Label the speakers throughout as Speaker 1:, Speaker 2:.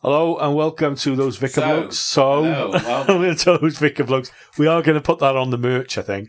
Speaker 1: Hello and welcome to those Vicar
Speaker 2: So,
Speaker 1: Blokes. So,
Speaker 2: hello, welcome.
Speaker 1: we're to those Vicar Blokes. We are going to put that on the merch, I think.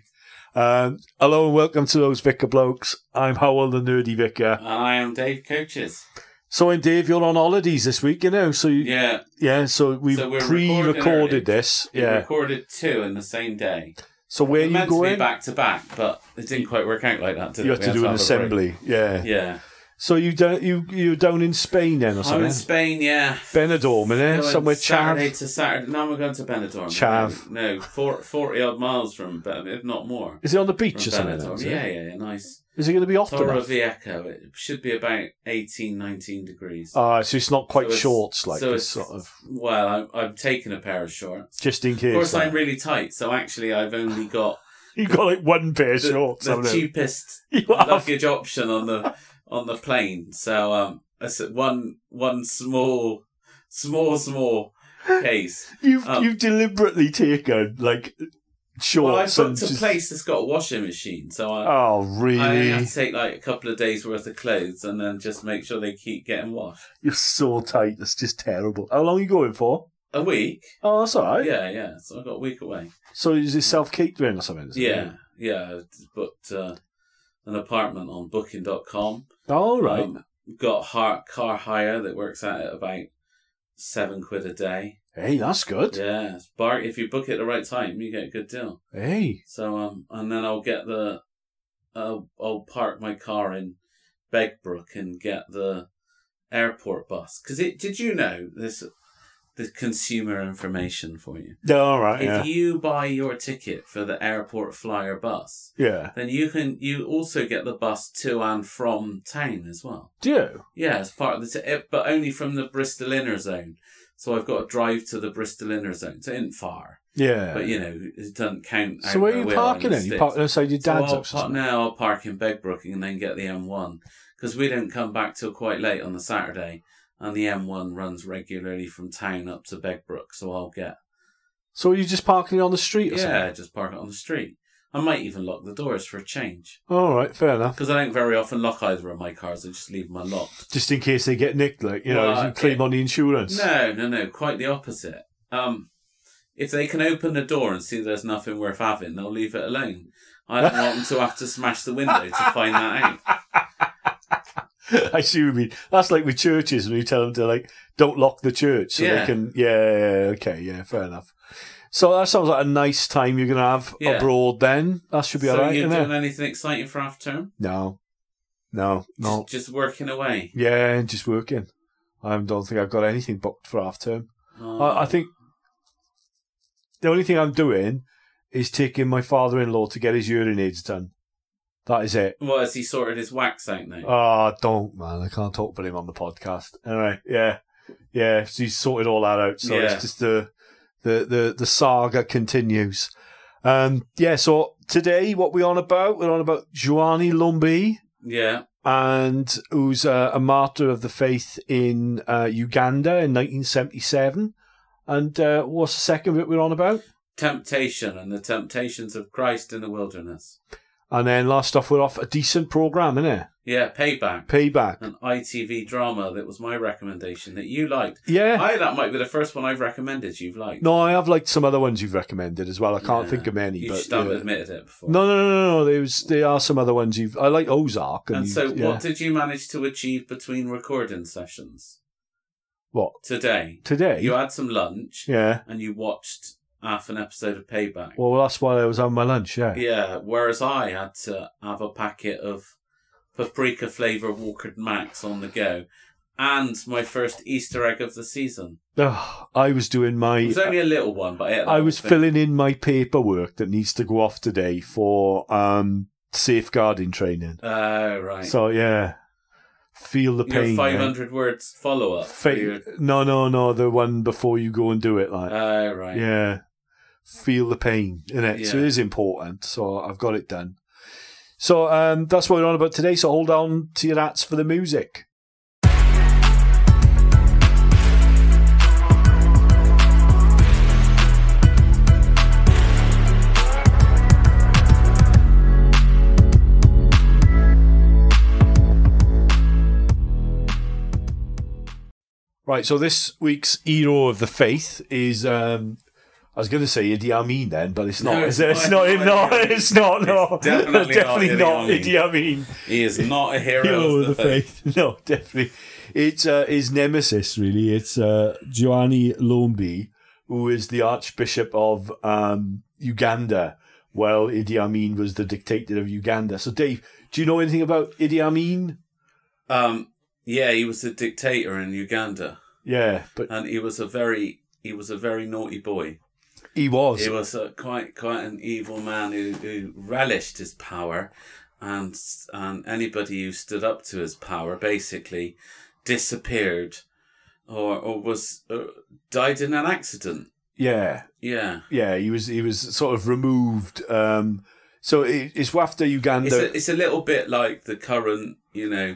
Speaker 1: Um, hello and welcome to those Vicar Blokes. I'm Howell, the nerdy vicar.
Speaker 2: And I am Dave Coaches.
Speaker 1: So, and Dave, you're on holidays this week, you know. So, you, yeah.
Speaker 2: Yeah,
Speaker 1: So we've
Speaker 2: So we're recording early.
Speaker 1: pre-recorded this.
Speaker 2: we
Speaker 1: Yeah.
Speaker 2: recorded two in the same day.
Speaker 1: so where
Speaker 2: we
Speaker 1: are you
Speaker 2: meant to be
Speaker 1: going?
Speaker 2: back to back, but it didn't quite work out like that, did
Speaker 1: You
Speaker 2: it?
Speaker 1: have to
Speaker 2: We
Speaker 1: do an
Speaker 2: have a break.
Speaker 1: assembly. Yeah.
Speaker 2: Yeah,
Speaker 1: So you down you you're down in Spain then or
Speaker 2: I'm in
Speaker 1: something?
Speaker 2: Spain. Yeah,
Speaker 1: Benidorm, innit?
Speaker 2: Going
Speaker 1: Somewhere
Speaker 2: Saturday
Speaker 1: chav.
Speaker 2: to Saturday. No, we're going to Benidorm.
Speaker 1: Chav.
Speaker 2: No, no, four- forty odd miles from, Ben- if not more.
Speaker 1: Is it on the
Speaker 2: from
Speaker 1: beach or something? then,
Speaker 2: Benidorm.
Speaker 1: is it?
Speaker 2: Yeah, yeah, yeah, nice.
Speaker 1: Is it going to be off the
Speaker 2: Torre Viejo. It should be about 18, 19 degrees.
Speaker 1: Ah, so it's not quite
Speaker 2: it's-
Speaker 1: shorts, like
Speaker 2: so
Speaker 1: it's
Speaker 2: it's-
Speaker 1: sort of
Speaker 2: Well, I'm, I'm taking a pair of shorts.
Speaker 1: just in
Speaker 2: Of
Speaker 1: case.
Speaker 2: course,
Speaker 1: then.
Speaker 2: I'm really tight, so actually, I've only got
Speaker 1: You've got like one pair of
Speaker 2: the,
Speaker 1: shorts.
Speaker 2: the
Speaker 1: haven't you?
Speaker 2: cheapest
Speaker 1: You have.
Speaker 2: luggage option on the on the plane. So um, that's it, one one small, small, small case.
Speaker 1: You've,
Speaker 2: um,
Speaker 1: you've deliberately taken like
Speaker 2: Well, I
Speaker 1: shorts and
Speaker 2: booked a
Speaker 1: just.
Speaker 2: place that's got a washing machine, so I.
Speaker 1: Oh
Speaker 2: I uh, only
Speaker 1: really?
Speaker 2: have to take like a couple of days worth of clothes and then just make sure they keep getting washed.
Speaker 1: You're so tight. That's just terrible. How long are you going for?
Speaker 2: A week?
Speaker 1: Oh, that's all right.
Speaker 2: Yeah, yeah. So I've got a week away.
Speaker 1: So is it self catering or something? is it?
Speaker 2: Yeah, yeah. I booked uh, an apartment on booking.com.
Speaker 1: All right.
Speaker 2: Um, got har- car hire that works out at about seven quid a day.
Speaker 1: hey, that's good.
Speaker 2: Yeah, it's bar. If you book it at the right time, you get a good deal.
Speaker 1: Hey,
Speaker 2: So um, and then I'll get the, uh, I'll park my car in Begbrook and get the airport bus. Cause it did you know this, the consumer information for you.
Speaker 1: Yeah, all right. Yeah.
Speaker 2: If you buy your ticket for the airport flyer bus,
Speaker 1: yeah.
Speaker 2: then you can you also get the bus to and from town as well.
Speaker 1: Do you?
Speaker 2: Yeah, it's part of the, t- eh, but only from the Bristol inner zone. So I've got to drive to the Bristol inner zone. So it isn't far.
Speaker 1: Yeah.
Speaker 2: But you know, it doesn't count.
Speaker 1: so where are you parking then? You park outside your dad's
Speaker 2: I'll
Speaker 1: house. or
Speaker 2: park,
Speaker 1: something?
Speaker 2: now I'll park in Begbrook and then get the M1 because we don't come back till quite late on the Saturday, and the M1 runs regularly from town up to Begbrook. So I'll get
Speaker 1: So are you just parking on the street or something?
Speaker 2: yeah, just park it on the street. I might even lock the doors for a change
Speaker 1: All right, fair enough.
Speaker 2: because I don't very often lock either of my cars. I just leave them unlocked.
Speaker 1: just in case they get nicked, like you know,
Speaker 2: Well,
Speaker 1: you claim
Speaker 2: okay.
Speaker 1: on the insurance.
Speaker 2: No, no, no. Quite the opposite. Um, if they can open the door and see there's nothing worth having, they'll leave it alone. I don't want them to have to smash the window to find that out.
Speaker 1: I see what you mean. That's like with churches when you tell them to like don't lock the church, so they
Speaker 2: Yeah.
Speaker 1: can. Yeah, yeah, yeah, okay, yeah, fair enough. So that sounds like a nice time you're gonna have
Speaker 2: Yeah.
Speaker 1: abroad. Then that should be
Speaker 2: so
Speaker 1: all right,
Speaker 2: you
Speaker 1: isn't
Speaker 2: doing
Speaker 1: it?
Speaker 2: anything exciting for after term?
Speaker 1: No, no, no.
Speaker 2: Just, just working away.
Speaker 1: Yeah, and just working. I don't think I've got anything booked for half term.
Speaker 2: Oh.
Speaker 1: I, I think the only thing I'm doing is taking my father-in-law to get his urine aids done. That is it.
Speaker 2: Well, has he sorted his wax out now?
Speaker 1: Oh, don't, man. I can't talk about him on the podcast. Anyway, yeah. Yeah, so he's sorted all that out. So
Speaker 2: Yeah.
Speaker 1: it's just the, the, the, the saga continues. Um, yeah, so today, what we on about? We're on about Joanny Lumbi,
Speaker 2: yeah.
Speaker 1: and who's a, a martyr of the faith in uh, Uganda in 1977. And uh, what's the second bit we're on about?
Speaker 2: Temptation and the temptations of Christ in the wilderness.
Speaker 1: And then last off, we're off a decent program, innit?
Speaker 2: Yeah, Payback.
Speaker 1: Payback.
Speaker 2: An ITV drama that was my recommendation that you liked.
Speaker 1: Yeah.
Speaker 2: I that might be the first one I've recommended you've
Speaker 1: Eh.
Speaker 2: liked.
Speaker 1: No, I have liked some other ones you've recommended as well. I can't
Speaker 2: Yeah.
Speaker 1: think of many.
Speaker 2: You
Speaker 1: but
Speaker 2: just haven't
Speaker 1: yeah.
Speaker 2: admitted it before.
Speaker 1: No, no, no, no, no. There was there are some other ones you've. I like Ozark. And,
Speaker 2: And
Speaker 1: you-
Speaker 2: so,
Speaker 1: yeah.
Speaker 2: what did you manage to achieve between recording sessions
Speaker 1: What
Speaker 2: today?
Speaker 1: today?
Speaker 2: You had some lunch
Speaker 1: yeah.
Speaker 2: and you watched half an episode of Payback.
Speaker 1: Well, that's why I was having my lunch. Yeah.
Speaker 2: Yeah, whereas I had to have a packet of paprika flavour Walker Max on the go and my first Easter egg of the season.
Speaker 1: Ugh, I was doing my.
Speaker 2: It was only a little one, but I, ate the
Speaker 1: I
Speaker 2: whole
Speaker 1: was
Speaker 2: thing.
Speaker 1: filling in my paperwork that needs to go off today for um safeguarding training.
Speaker 2: Oh, right.
Speaker 1: So yeah, feel the
Speaker 2: your
Speaker 1: pain. mate.
Speaker 2: 500 words follow up.
Speaker 1: Fa- no, no, no. The one before you go and do it, like.
Speaker 2: Oh, right.
Speaker 1: Yeah. Feel the pain in it. So it
Speaker 2: Yeah.
Speaker 1: is important. So I've got it done. So um, that's what we're on about today. So hold on to your hats for the music. Right, so this week's hero of the faith is. Um, I was going to say Idi Amin then, but it's not.
Speaker 2: No,
Speaker 1: is
Speaker 2: it's
Speaker 1: it? it's
Speaker 2: not
Speaker 1: not. him,
Speaker 2: Idi
Speaker 1: No,
Speaker 2: Amin.
Speaker 1: it's not. No,
Speaker 2: It's definitely not Idi
Speaker 1: Idi Amin.
Speaker 2: He is not a hero,
Speaker 1: Hero
Speaker 2: of the, faith.
Speaker 1: No, definitely. It's uh, his nemesis, really. It's uh, Giovanni Lombi, who is the Archbishop of um, Uganda, while Idi Amin was the dictator of Uganda. So, Dave, do you know anything about Idi Amin?
Speaker 2: Um, yeah, he was a dictator in Uganda,
Speaker 1: Yeah, but
Speaker 2: and he was a very he was a very naughty boy.
Speaker 1: he was.
Speaker 2: He was a, quite quite an evil man who, who relished his power, and and anybody who stood up to his power basically disappeared, or or was uh, died in an accident.
Speaker 1: Yeah,
Speaker 2: Yeah,
Speaker 1: yeah. He was. He was sort of removed. Um, so it, it's after Uganda.
Speaker 2: it's a, it's a little bit like the current, you know,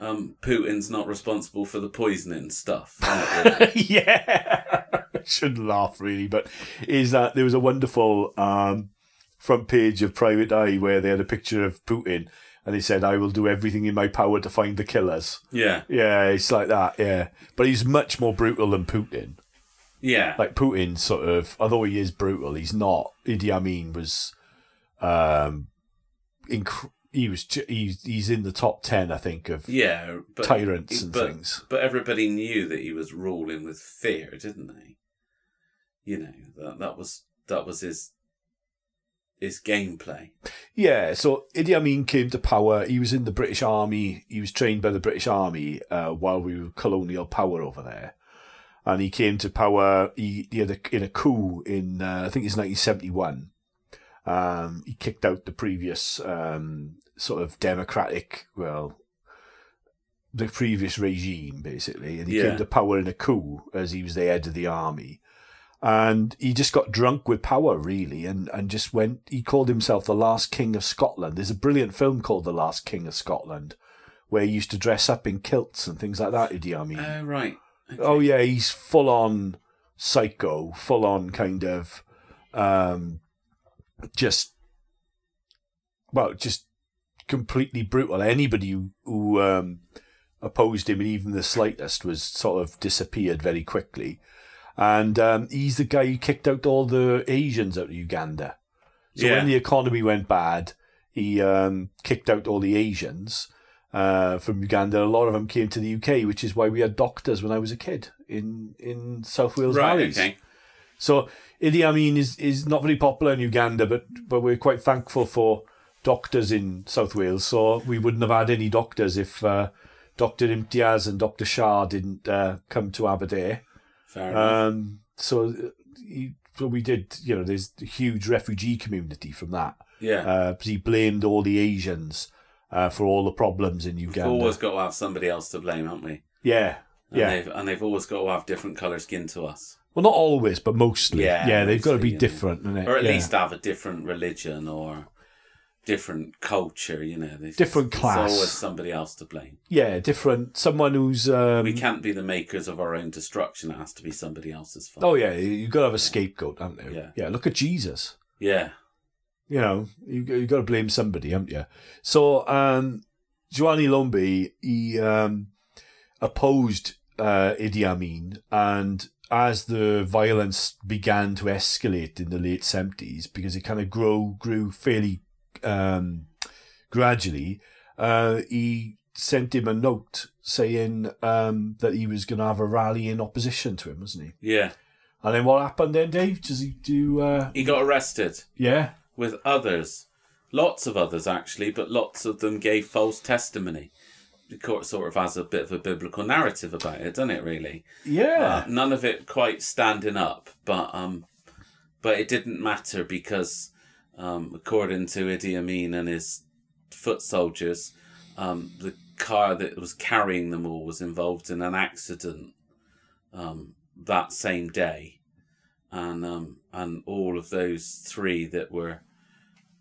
Speaker 2: um, Putin's not responsible for the poisoning stuff. isn't it, really?
Speaker 1: yeah. Shouldn't laugh really, but is that there was a wonderful um, front page of Private Eye where they had a picture of Putin and he said, I will do everything in my power to find the killers.
Speaker 2: yeah,
Speaker 1: Yeah, it's like that, yeah. But he's much more brutal than Putin.
Speaker 2: yeah.
Speaker 1: Like Putin sort of although he is brutal, he's not Idi Amin was um inc- he was ju- he's he's in the top ten, I think, of
Speaker 2: Yeah, but
Speaker 1: tyrants and
Speaker 2: but,
Speaker 1: things.
Speaker 2: But everybody knew that he was ruling with fear, didn't they? You know that that was that was his his gameplay.
Speaker 1: Yeah, so Idi Amin came to power. He was in the British Army. He was trained by the British Army uh, while we were colonial power over there. And he came to power he, he had a, in a coup in, uh, I think it's 1971. Um, he kicked out the previous um, sort of democratic, well, the previous regime, basically. And he
Speaker 2: Yeah.
Speaker 1: came to power in a coup as he was the head of the army and he just got drunk with power really and, and just went he called himself the last king of scotland there's a brilliant film called the last king of scotland where he used to dress up in kilts and things like that idi amin
Speaker 2: Oh right. Okay.
Speaker 1: oh yeah he's full on psycho full on kind of um just well just completely brutal anybody who, who um opposed him even the slightest was sort of disappeared very quickly and um, he's the guy who kicked out all the Asians out of Uganda. So
Speaker 2: Yeah.
Speaker 1: when the economy went bad, he um, kicked out all the Asians uh, from Uganda. A lot of them came to the UK, which is why we had doctors when I was a kid in in South Wales
Speaker 2: right.
Speaker 1: valleys.
Speaker 2: Okay.
Speaker 1: So Idi Amin is, is not very popular in Uganda, but but we're quite thankful for doctors in South Wales. So we wouldn't have had any doctors if uh, Dr Imtiaz and Dr Shah didn't uh, come to Aberdeen.
Speaker 2: Fair enough.
Speaker 1: Um, so, uh, he, so we did, you know, there's a huge refugee community from that.
Speaker 2: yeah.
Speaker 1: Uh, 'cause he blamed all the Asians uh, for all the problems in
Speaker 2: We've
Speaker 1: Uganda.
Speaker 2: always got to have somebody else to blame, haven't we?
Speaker 1: Yeah.
Speaker 2: And
Speaker 1: Yeah.
Speaker 2: They've, and they've always got to have different colour skin to us,
Speaker 1: Well, not always, but mostly.
Speaker 2: Yeah,
Speaker 1: Yeah, they've got to
Speaker 2: mostly,
Speaker 1: be
Speaker 2: yeah.
Speaker 1: different, innit?
Speaker 2: or at
Speaker 1: Uh, Yeah.
Speaker 2: least have a different religion or different culture. You know, There's-
Speaker 1: Different class.
Speaker 2: There's always somebody else to blame.
Speaker 1: Yeah, different. Someone who's. Um,
Speaker 2: we can't be the makers of our own destruction. It has to be somebody else's fault.
Speaker 1: Oh, yeah, you've got to have a scapegoat, haven't you?
Speaker 2: Yeah.
Speaker 1: yeah, look at Jesus.
Speaker 2: yeah,
Speaker 1: you know, you you got to blame somebody, haven't you? So, um, Giovanni Lombi he um, opposed uh, Idi Amin, and as the violence began to escalate in the late seventies, because it kind of grow grew fairly um, gradually, uh, he sent him a note saying um, that he was going to have a rally in opposition to him, wasn't he?
Speaker 2: yeah.
Speaker 1: And then what happened then, Dave? Does he do? Uh,
Speaker 2: He got arrested
Speaker 1: yeah.
Speaker 2: with others, lots of others actually, but lots of them gave false testimony. The court sort of has a bit of a biblical narrative about it, doesn't it? Really,
Speaker 1: Yeah.
Speaker 2: Uh, none of it quite standing up, but um, but it didn't matter because, um, according to Idi Amin and his foot soldiers, um, the car that was carrying them all was involved in an accident um, that same day, and um, and all of those three that were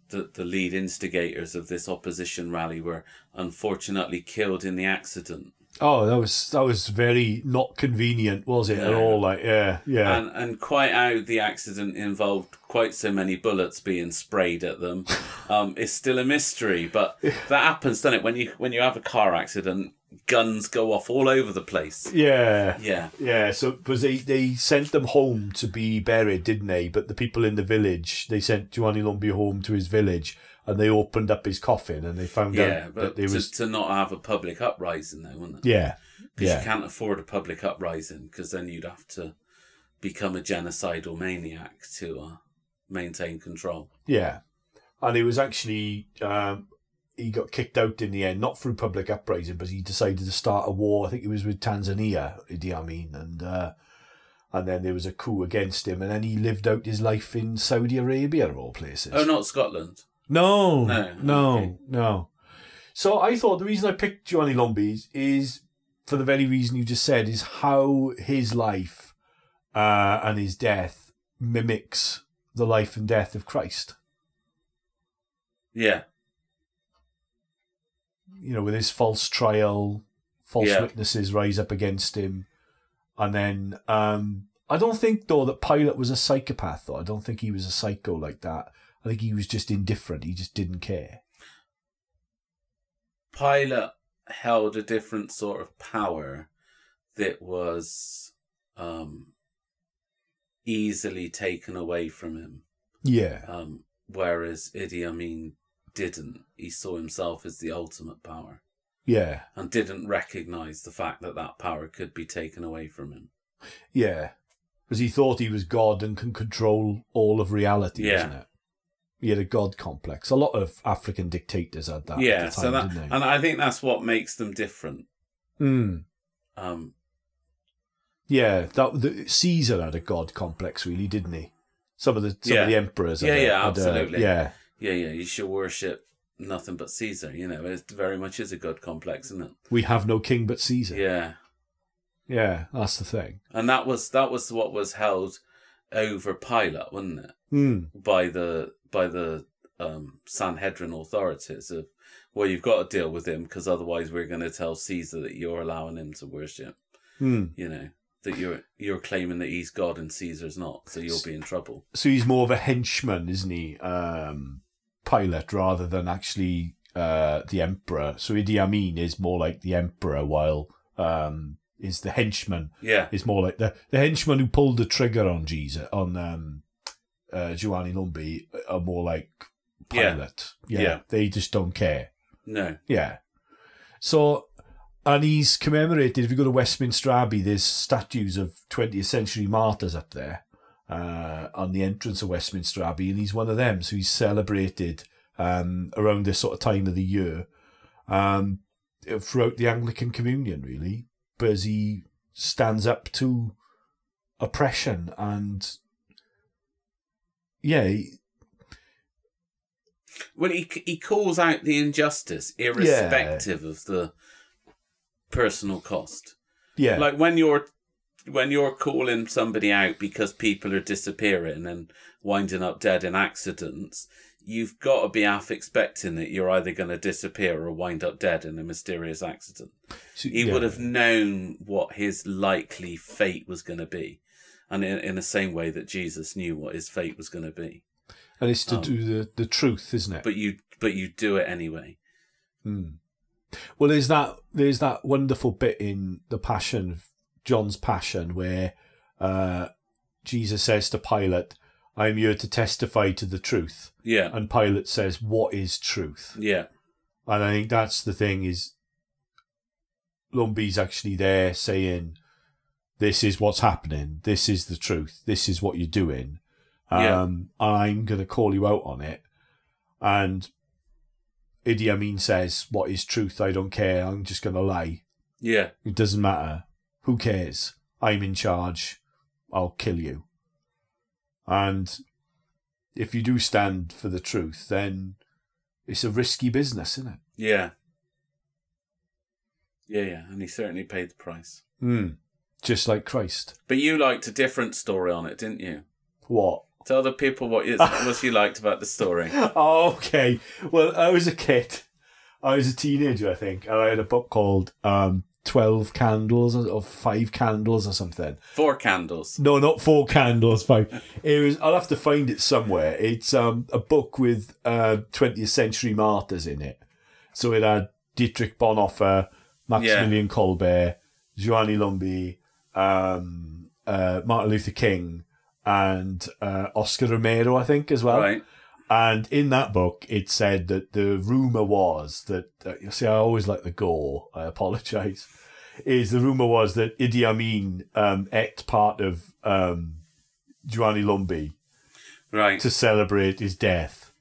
Speaker 2: the, the lead instigators of this opposition rally were unfortunately killed in the accident.
Speaker 1: Oh, that was that was very not convenient, was it at
Speaker 2: Yeah.
Speaker 1: all? Like, yeah, yeah,
Speaker 2: And and quite how the accident involved quite so many bullets being sprayed at them um, is still a mystery. But that happens, doesn't it? When you when you have a car accident, guns go off all over the place.
Speaker 1: Yeah.
Speaker 2: Yeah.
Speaker 1: Yeah, so because they, they sent them home to be buried, didn't they? But the people in the village, they sent Giovanni Lombi home to his village, and they opened up his coffin, and they found
Speaker 2: Yeah,
Speaker 1: out
Speaker 2: but
Speaker 1: that there
Speaker 2: to,
Speaker 1: was
Speaker 2: to not have a public uprising, though, wouldn't it?
Speaker 1: yeah,
Speaker 2: Because
Speaker 1: yeah.
Speaker 2: you can't afford a public uprising, because then you'd have to become a genocidal maniac to uh, maintain control.
Speaker 1: yeah, and he was actually um, he got kicked out in the end, not through public uprising, but he decided to start a war. I think it was with Tanzania, Idi Amin, and uh, and then there was a coup against him, and then he lived out his life in Saudi Arabia of all places.
Speaker 2: Oh, not Scotland.
Speaker 1: No,
Speaker 2: No,
Speaker 1: no, no,
Speaker 2: okay.
Speaker 1: So I thought the reason I picked Giovanni Lombi is- is for the very reason you just said is how his life uh, and his death mimics the life and death of Christ.
Speaker 2: Yeah,
Speaker 1: You know, with his false trial, false
Speaker 2: Yeah.
Speaker 1: witnesses rise up against him, and then um, I don't think though that Pilate was a psychopath. Though I don't think he was a psycho like that. I think he was just indifferent. He just didn't care.
Speaker 2: Pilate held a different sort of power that was um, easily taken away from him.
Speaker 1: Yeah,
Speaker 2: Um, whereas Idi Amin didn't. He saw himself as the ultimate power
Speaker 1: yeah.
Speaker 2: and didn't recognize the fact that that power could be taken away from him.
Speaker 1: Yeah. Because he thought he was God and can control all of reality,
Speaker 2: Yeah.
Speaker 1: isn't it? He had a God complex. A lot of African dictators had that.
Speaker 2: yeah,
Speaker 1: at the time,
Speaker 2: so that,
Speaker 1: didn't they?
Speaker 2: and I think that's what makes them different.
Speaker 1: Mm.
Speaker 2: Um,
Speaker 1: Yeah, that the, Caesar had a God complex, really, didn't he? Some of the some
Speaker 2: Yeah.
Speaker 1: of the emperors, had
Speaker 2: Yeah,
Speaker 1: a-
Speaker 2: yeah,
Speaker 1: had a-
Speaker 2: absolutely.
Speaker 1: yeah,
Speaker 2: yeah, yeah, you should worship nothing but Caesar. You know, it very much is a god complex, isn't it?
Speaker 1: we have no king but Caesar.
Speaker 2: Yeah,
Speaker 1: Yeah, that's the thing.
Speaker 2: and that was that was what was held over Pilate, wasn't it?
Speaker 1: Mm.
Speaker 2: by the by the um, Sanhedrin authorities of well, you've got to deal with him because otherwise we're going to tell Caesar that you're allowing him to worship.
Speaker 1: Mm.
Speaker 2: You know that you're you're claiming that he's God and Caesar's not, so you'll be in trouble.
Speaker 1: So he's more of a henchman, isn't he? Um, pilot rather than actually uh, the emperor. So Idi Amin is more like the emperor, while um, is the henchman
Speaker 2: Yeah,
Speaker 1: It's more like the the henchmen who pulled the trigger on Jesus on um, uh, Giovanni Lumbi are more like
Speaker 2: Yeah.
Speaker 1: Pilate. Yeah.
Speaker 2: Yeah.
Speaker 1: they just don't care.
Speaker 2: no,
Speaker 1: Yeah. So, and he's commemorated. If you go to Westminster Abbey, there's statues of 20th century martyrs up there uh, on the entrance of Westminster Abbey, and he's one of them. So he's celebrated um, around this sort of time of the year um, throughout the Anglican Communion, really, because he stands up to oppression and yeah, he-
Speaker 2: well he he calls out the injustice irrespective of the personal cost.
Speaker 1: yeah,
Speaker 2: Like when you're when you're calling somebody out because people are disappearing and winding up dead in accidents, you've got to be half expecting that you're either going to disappear or wind up dead in a mysterious accident.
Speaker 1: so-
Speaker 2: He
Speaker 1: yeah.
Speaker 2: would have known what his likely fate was going to be. And in, in the same way that Jesus knew what his fate was going to be,
Speaker 1: and it's to
Speaker 2: um,
Speaker 1: do the the truth, isn't it?
Speaker 2: but you but you do it anyway.
Speaker 1: Hmm. Well, there's that there's that wonderful bit in the Passion, John's Passion, where uh, Jesus says to Pilate, "I am here to testify to the truth,"
Speaker 2: Yeah,
Speaker 1: and Pilate says, "What is truth?"
Speaker 2: yeah,
Speaker 1: And I think that's the thing is, Lumby's actually there saying, "This is what's happening. This is the truth. This is what you're doing."
Speaker 2: Yeah.
Speaker 1: Um, and I'm going to call you out on it. And Idi Amin says, "What is truth? I don't care. I'm just going to lie.
Speaker 2: yeah,
Speaker 1: It doesn't matter. Who cares? I'm in charge. I'll kill you." And if you do stand for the truth, then it's a risky business, isn't it?
Speaker 2: yeah, yeah, yeah. And he certainly paid the price.
Speaker 1: Mm. Just like Christ.
Speaker 2: But you liked a different story on it, didn't you?
Speaker 1: What?
Speaker 2: Tell the people what you, what you liked about the story.
Speaker 1: Oh, okay. Well, I was a kid. I was a teenager, I think, and I had a book called um, 12 Candles or or 5 Candles or something.
Speaker 2: Four candles.
Speaker 1: No, not 4 Candles, 5. It was I'll have to find it somewhere. It's um, a book with uh, 20th century martyrs in it. So it had Dietrich Bonhoeffer, Maximilian Colbert, Giovanni Lombi, um, uh, Martin Luther King, and uh, Oscar Romero, I think, as well.
Speaker 2: right.
Speaker 1: And in that book, it said that the rumor was that, uh, you see, I always like the gore, I apologize. Is the rumor was that Idi Amin um, ate part of um, Giovanni Lombi
Speaker 2: Right.
Speaker 1: to celebrate his death,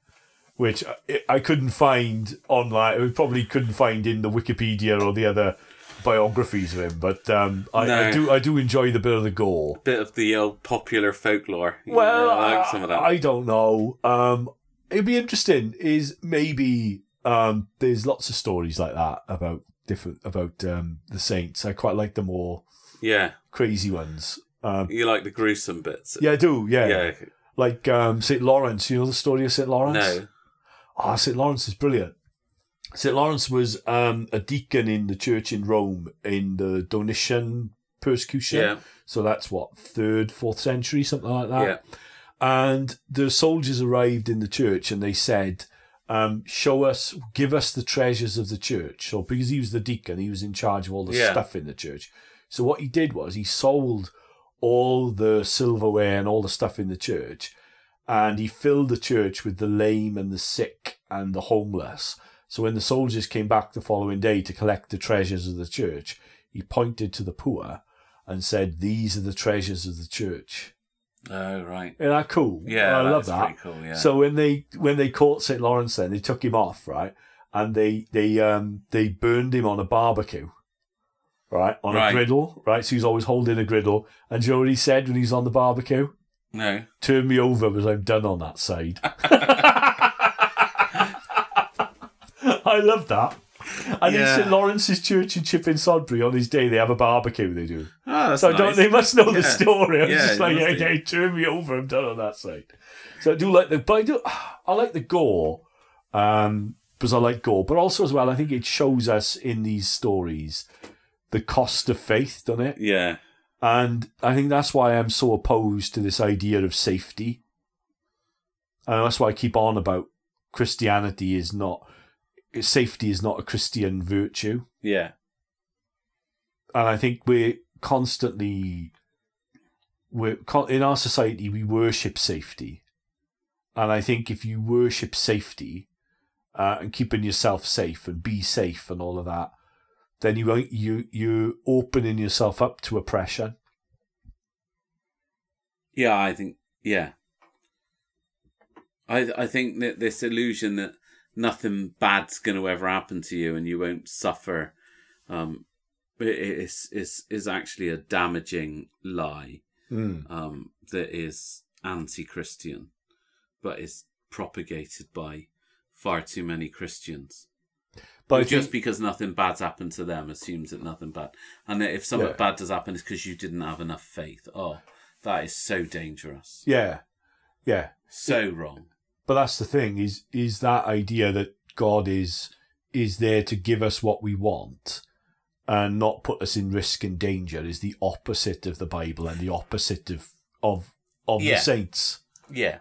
Speaker 1: which I, I couldn't find online. We probably couldn't find in the Wikipedia or the other biographies of him, but um, I, I
Speaker 2: No.
Speaker 1: do I do enjoy the bit of the gore.
Speaker 2: Bit of the old popular folklore. You
Speaker 1: Well,
Speaker 2: know, I
Speaker 1: I,
Speaker 2: like some of that.
Speaker 1: I don't know. Um, it'd be interesting. Is maybe um, there's lots of stories like that about different about um, the saints. I quite like the more
Speaker 2: yeah.
Speaker 1: crazy ones. Um,
Speaker 2: You like the gruesome bits.
Speaker 1: yeah, I do. Yeah,
Speaker 2: Yeah.
Speaker 1: like um, Saint Lawrence. You know the story of Saint Lawrence?
Speaker 2: No.
Speaker 1: Ah, St. Lawrence is brilliant. St. Lawrence was um, a deacon in the church in Rome in the Donatian persecution.
Speaker 2: Yeah.
Speaker 1: So that's what, third, fourth century, something like that. And the soldiers arrived in the church and they said, um, Show us, give us the treasures of the church. So because he was the deacon, he was in charge of all the
Speaker 2: Yeah.
Speaker 1: stuff in the church. So what he did was he sold all the silverware and all the stuff in the church and he filled the church with the lame and the sick and the homeless. So when the soldiers came back the following day to collect the treasures of the church, he pointed to the poor and said, These are the treasures of the church.
Speaker 2: Oh, right.
Speaker 1: Isn't that cool?
Speaker 2: Yeah.
Speaker 1: I love
Speaker 2: that's
Speaker 1: that.
Speaker 2: Pretty cool. Yeah.
Speaker 1: So when they when they caught St. Lawrence then, they took him off, right? And they they um they burned him on a barbecue. Right? On
Speaker 2: Right.
Speaker 1: a griddle, right? So he's always holding a griddle. And do you know what he said when he's on the barbecue?
Speaker 2: no.
Speaker 1: turn me over because I'm done on that side. I love that. And
Speaker 2: Yeah.
Speaker 1: in St Lawrence's Church in Chipping Sodbury, on his day, they have a barbecue. They do,
Speaker 2: Oh, that's
Speaker 1: so I
Speaker 2: nice.
Speaker 1: don't. They must know the
Speaker 2: Yeah.
Speaker 1: story. I'm
Speaker 2: Yeah,
Speaker 1: just like,
Speaker 2: it
Speaker 1: yeah,
Speaker 2: must
Speaker 1: yeah, turn me over. I'm done on that side. So I do like the, but I do, I like the gore, um, because I like gore, but also as well, I think it shows us in these stories the cost of faith, doesn't it?
Speaker 2: Yeah.
Speaker 1: And I think that's why I'm so opposed to this idea of safety. And that's why I keep on about Christianity is not, safety is not a Christian virtue.
Speaker 2: Yeah.
Speaker 1: And I think we're constantly, we're, con- in our society, we worship safety. And I think if you worship safety uh, and keeping yourself safe and be safe and all of that, then you, won't- you, you're opening yourself up to oppression.
Speaker 2: Yeah, I think yeah. I I think that this illusion that nothing bad's going to ever happen to you and you won't suffer, um, i- i- is is is actually a damaging lie. Um, that is anti-Christian, but is propagated by far too many Christians.
Speaker 1: But I
Speaker 2: But just
Speaker 1: think-
Speaker 2: because nothing bad's happened to them assumes that nothing bad, and that if something
Speaker 1: Yeah.
Speaker 2: bad does happen, it's because you didn't have enough faith. Oh, that is so dangerous.
Speaker 1: Yeah, yeah.
Speaker 2: so wrong.
Speaker 1: But that's the thing is is that idea that God is is there to give us what we want and not put us in risk and danger is the opposite of the Bible and the opposite of of of
Speaker 2: Yeah.
Speaker 1: the saints.
Speaker 2: Yeah.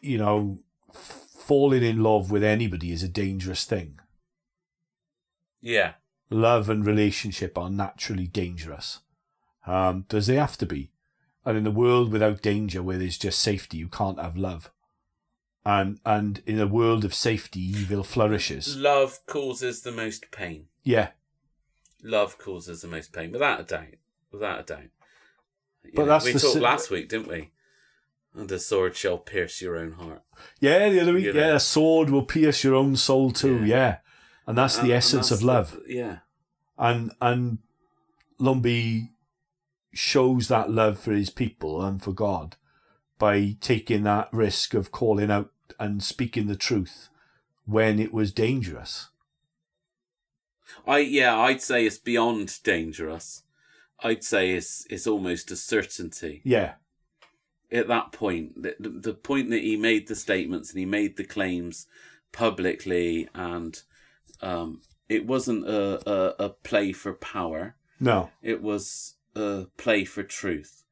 Speaker 1: You know, f- falling in love with anybody is a dangerous thing.
Speaker 2: Yeah.
Speaker 1: love and relationship are naturally dangerous. Um, does they have to be? And in a world without danger, where there's just safety, you can't have love. And and in a world of safety, evil flourishes.
Speaker 2: Love causes the most pain.
Speaker 1: Yeah,
Speaker 2: Love causes the most pain, without a doubt. Without a doubt. You
Speaker 1: But that's
Speaker 2: we
Speaker 1: the
Speaker 2: talked
Speaker 1: si-
Speaker 2: last week, didn't we? And the sword shall pierce your own heart.
Speaker 1: yeah. The other week,
Speaker 2: You know.
Speaker 1: yeah, a sword will pierce your own soul too.
Speaker 2: Yeah.
Speaker 1: Yeah, and that's
Speaker 2: And-
Speaker 1: the
Speaker 2: and
Speaker 1: essence
Speaker 2: that's
Speaker 1: of love.
Speaker 2: the- yeah.
Speaker 1: and and Lumby shows that love for his people and for God by taking that risk of calling out and speaking the truth when it was dangerous.
Speaker 2: I yeah, I'd say it's beyond dangerous. I'd say it's it's almost a certainty.
Speaker 1: Yeah,
Speaker 2: at that point, the, the point that he made the statements and he made the claims publicly, and um, it wasn't a, a, a play for power,
Speaker 1: no,
Speaker 2: it was a play for truth.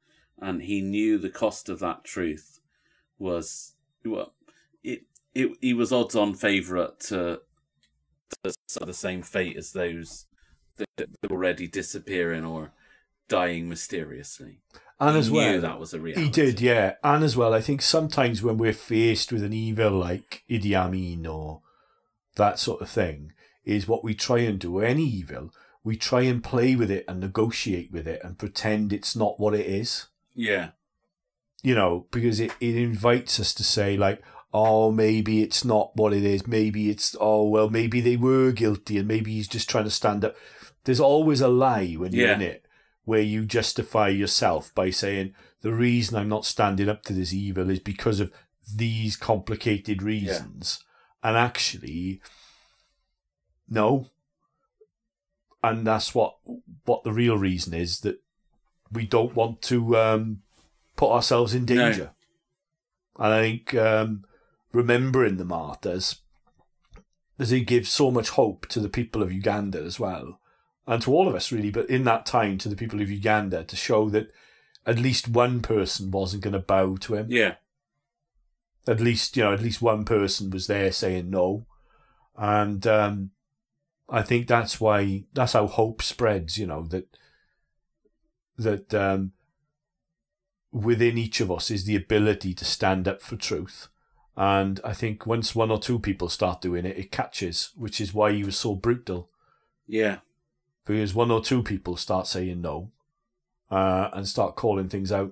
Speaker 2: And he knew the cost of that truth was well, it, it, he was odds on favourite to, to suffer the same fate as those that they're already disappearing or dying mysteriously.
Speaker 1: And
Speaker 2: He
Speaker 1: as
Speaker 2: knew
Speaker 1: well,
Speaker 2: that was a reality.
Speaker 1: He did, yeah. And as well, I think sometimes when we're faced with an evil like Idi Amin or that sort of thing, is what we try and do, any evil, we try and play with it and negotiate with it and pretend it's not what it is,
Speaker 2: Yeah,
Speaker 1: you know, because it, it invites us to say, like, oh, maybe it's not what it is. Maybe it's, oh, well, maybe they were guilty and maybe he's just trying to stand up. There's always a lie when you're
Speaker 2: Yeah.
Speaker 1: in it where you justify yourself by saying, the reason I'm not standing up to this evil is because of these complicated reasons. And actually, no. And that's what what the real reason is that we don't want to um, put ourselves in
Speaker 2: No.
Speaker 1: danger. And I think um, remembering the martyrs, as it gives so much hope to the people of Uganda as well, and to all of us really, but in that time to the people of Uganda to show that at least one person wasn't going to bow to him
Speaker 2: yeah,
Speaker 1: at least you know at least one person was there saying no and um i think that's why that's how hope spreads you know that that um within each of us is the ability to stand up for truth and i think once one or two people start doing it it catches which is why he was so brutal
Speaker 2: yeah,
Speaker 1: because one or two people start saying no uh, and start calling things out,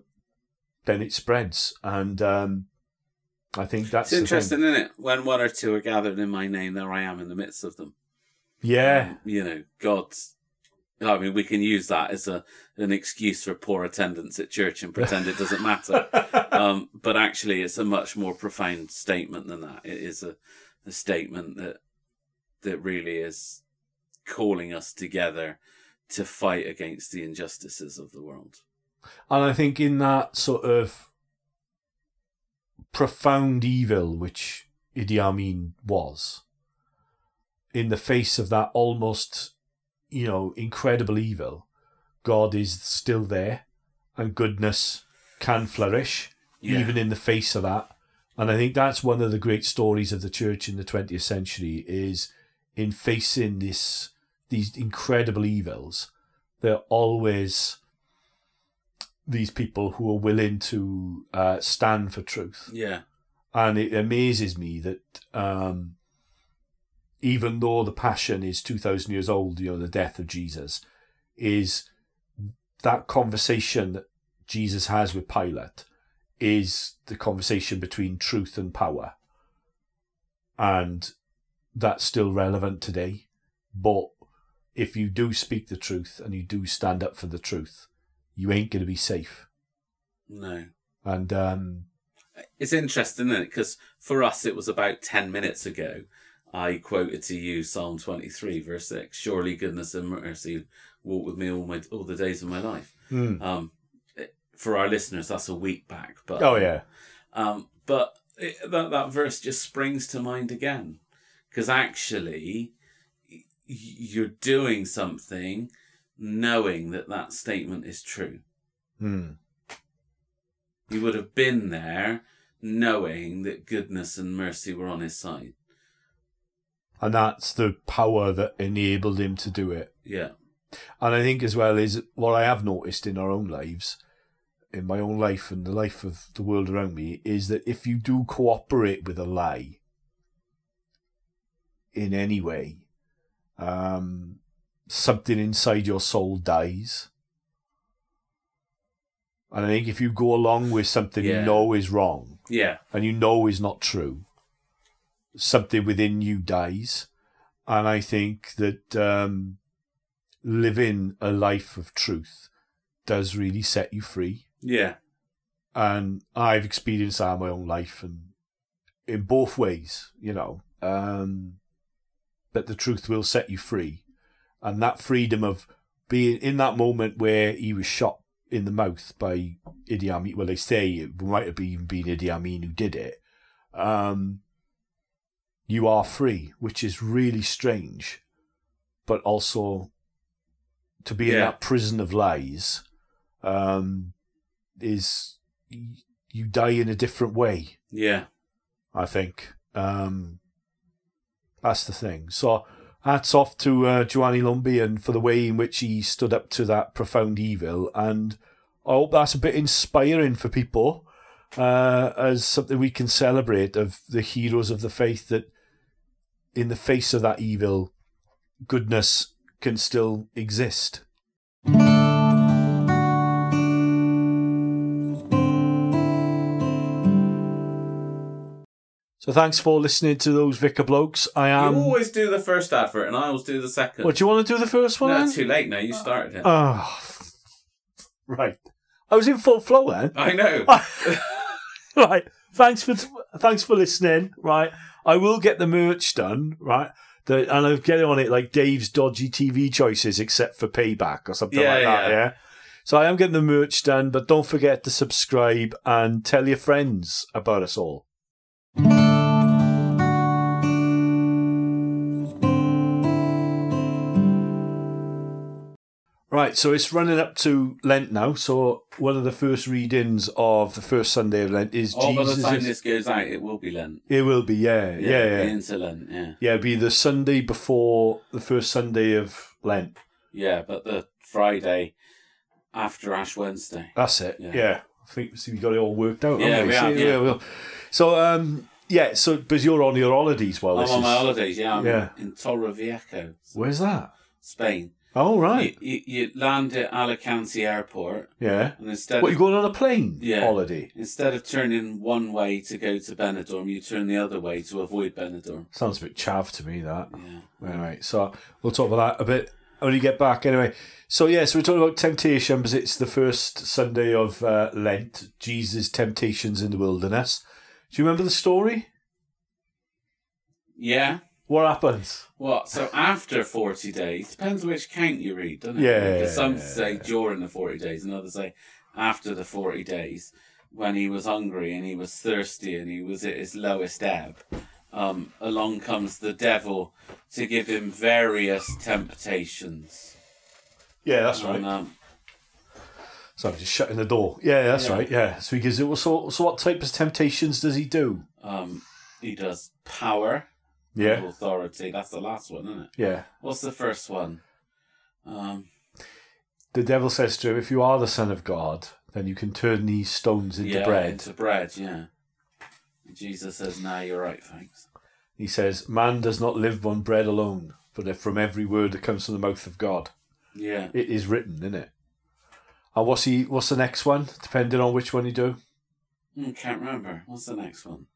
Speaker 1: then it spreads. And um, I think that's
Speaker 2: It's
Speaker 1: the thing.
Speaker 2: interesting, isn't it? When one or two are gathered in my name, there I am in the midst of them.
Speaker 1: Yeah,
Speaker 2: Um, you know, God's. I mean, we can use that as a an excuse for poor attendance at church and pretend it doesn't matter. Um, but actually, it's a much more profound statement than that. It is a, a statement that that really is calling us together to fight against the injustices of the world.
Speaker 1: and I think in that sort of profound evil which Idi Amin was, in the face of that almost, you know, incredible evil, God is still there, and goodness can flourish.
Speaker 2: Yeah.
Speaker 1: even in the face of that. And I think that's one of the great stories of the church in the 20th century is in facing this these incredible evils, there are always these people who are willing to uh, stand for truth.
Speaker 2: yeah,
Speaker 1: And it amazes me that um, even though the passion is 2,000 years old, you know, the death of Jesus, is that conversation that Jesus has with Pilate is the conversation between truth and power. And that's still relevant today. But if you do speak the truth and you do stand up for the truth, you ain't going to be safe.
Speaker 2: no.
Speaker 1: And um,
Speaker 2: It's interesting, isn't it? Because for us, it was about 10 minutes ago. I quoted to you Psalm 23, verse 6 Surely goodness and mercy walk with me all, my, all the days of my life. Um, it- for our listeners, that's a week back. But
Speaker 1: oh, yeah.
Speaker 2: um, but it, that that verse just springs to mind again, because actually, y- you're doing something, knowing that that statement is true.
Speaker 1: Hmm.
Speaker 2: You would have been there, knowing that goodness and mercy were on his side.
Speaker 1: and that's the power that enabled him to do it.
Speaker 2: Yeah,
Speaker 1: And I think as well is what I have noticed in our own lives, in my own life and the life of the world around me, is that if you do cooperate with a lie in any way, um, something inside your soul dies. And I think if you go along with something you
Speaker 2: Yeah.
Speaker 1: know is wrong,
Speaker 2: yeah,
Speaker 1: and you know is not true, something within you dies. And I think that um, living a life of truth does really set you free.
Speaker 2: yeah,
Speaker 1: And I've experienced that in my own life and in both ways, you know. Um, but the truth will set you free. And that freedom of being in that moment where he was shot in the mouth by Idi Amin. Well, they say it might have even been Idi Amin who did it. Um, you are free, which is really strange, but also to be in
Speaker 2: Yeah.
Speaker 1: that prison of lies um, is y- you die in a different way.
Speaker 2: yeah,
Speaker 1: I think um, that's the thing. So hats off to uh, Giovanni Lumbian for the way in which he stood up to that profound evil, and I hope that's a bit inspiring for people uh, as something we can celebrate of the heroes of the faith that, in the face of that evil, goodness can still exist. So thanks for listening to those Vicar Blokes. I am.
Speaker 2: you always do the first advert, and I always do the second.
Speaker 1: Um, What do you want to do the first one?
Speaker 2: no,
Speaker 1: then?
Speaker 2: it's too late now. You started it.
Speaker 1: Oh, right. I was in full flow then.
Speaker 2: I know.
Speaker 1: oh, right. Thanks for thanks for listening. Right. I will get the merch done. Right. The, and I'll get on it like Dave's dodgy TV choices, except for payback or something
Speaker 2: Yeah,
Speaker 1: like that.
Speaker 2: yeah.
Speaker 1: Yeah. So I am getting the merch done, but don't forget to subscribe and tell your friends about us all. Right, so it's running up to Lent now. So one of the first readings of the first Sunday of Lent is
Speaker 2: Or by the
Speaker 1: Jesus.
Speaker 2: time this goes out, it will be Lent.
Speaker 1: It will be, yeah, yeah, yeah.
Speaker 2: it'll be
Speaker 1: yeah.
Speaker 2: into Lent. Yeah,
Speaker 1: it'll be the Sunday before the first Sunday of Lent.
Speaker 2: yeah. But the Friday after Ash Wednesday.
Speaker 1: That's it. Yeah.
Speaker 2: Yeah.
Speaker 1: I think so we got it all worked out. haven't
Speaker 2: Yeah, we have,
Speaker 1: So,
Speaker 2: yeah.
Speaker 1: well, so um, yeah. So, but you're on your holidays while Oh, this
Speaker 2: I'm on
Speaker 1: is.
Speaker 2: my holidays. Yeah, I'm
Speaker 1: Yeah.
Speaker 2: in Torrevieja,
Speaker 1: Where's that?
Speaker 2: Spain.
Speaker 1: Oh right.
Speaker 2: You, you, you land at Alicante Airport,
Speaker 1: Yeah.
Speaker 2: and instead
Speaker 1: What
Speaker 2: of,
Speaker 1: you going on a plane
Speaker 2: Yeah.
Speaker 1: holiday?
Speaker 2: instead of turning one way to go to Benidorm, you turn the other way to avoid Benidorm.
Speaker 1: Sounds a bit chav to me that.
Speaker 2: Yeah.
Speaker 1: Anyway, so we'll talk about that a bit when you get back. Anyway, so yeah, so we're talking about temptation because it's the first Sunday of uh, Lent. Jesus' temptations in the wilderness. Do you remember the story?
Speaker 2: Yeah.
Speaker 1: What happens?
Speaker 2: What? So after 40 days, depends which count you read, doesn't it?
Speaker 1: Yeah.
Speaker 2: Because some say during the 40 days, and others say after the 40 days, when he was hungry and he was thirsty and he was at his lowest ebb. Um, along comes the devil to give him various temptations.
Speaker 1: Yeah, that's right.
Speaker 2: And, um,
Speaker 1: So just shutting the door. Yeah, that's
Speaker 2: Yeah.
Speaker 1: right. Yeah. So he gives it. Well, so, so what type of temptations does he do?
Speaker 2: um, he does power,
Speaker 1: Yeah.
Speaker 2: authority. That's the last one, isn't it?
Speaker 1: Yeah.
Speaker 2: What's the first one? Um,
Speaker 1: The devil says to him, "If you are the son of God, then you can turn these stones into
Speaker 2: yeah,
Speaker 1: bread."
Speaker 2: Into bread, yeah. Jesus says, "Now you're right, thanks."
Speaker 1: He says, "Man does not live on bread alone, but from every word that comes from the mouth of God."
Speaker 2: Yeah.
Speaker 1: It is written, isn't it? And what's he? What's the next one? Depending on which one you do.
Speaker 2: Mm, can't remember. What's the next one?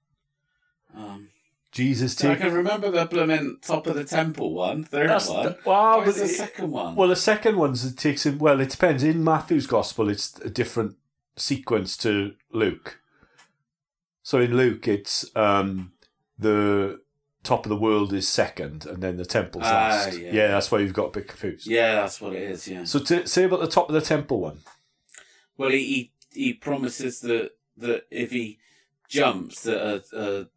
Speaker 2: Um,
Speaker 1: Jesus
Speaker 2: so I
Speaker 1: take.
Speaker 2: can remember the blooming top of the temple one, third
Speaker 1: That's
Speaker 2: one.
Speaker 1: the- wow,
Speaker 2: What was
Speaker 1: but
Speaker 2: the
Speaker 1: it-
Speaker 2: second one?
Speaker 1: Well, the second one's it takes him. Well, it depends. In Matthew's gospel, it's a different sequence to Luke. So in Luke, it's um, the top of the world is second, and then the temple's
Speaker 2: Ah,
Speaker 1: last.
Speaker 2: yeah.
Speaker 1: Yeah. that's why you've got a bit confused.
Speaker 2: yeah, that's what it is. Yeah.
Speaker 1: So to, say about the top of the temple one.
Speaker 2: Well, he he, he promises that that if he jumps, that a, a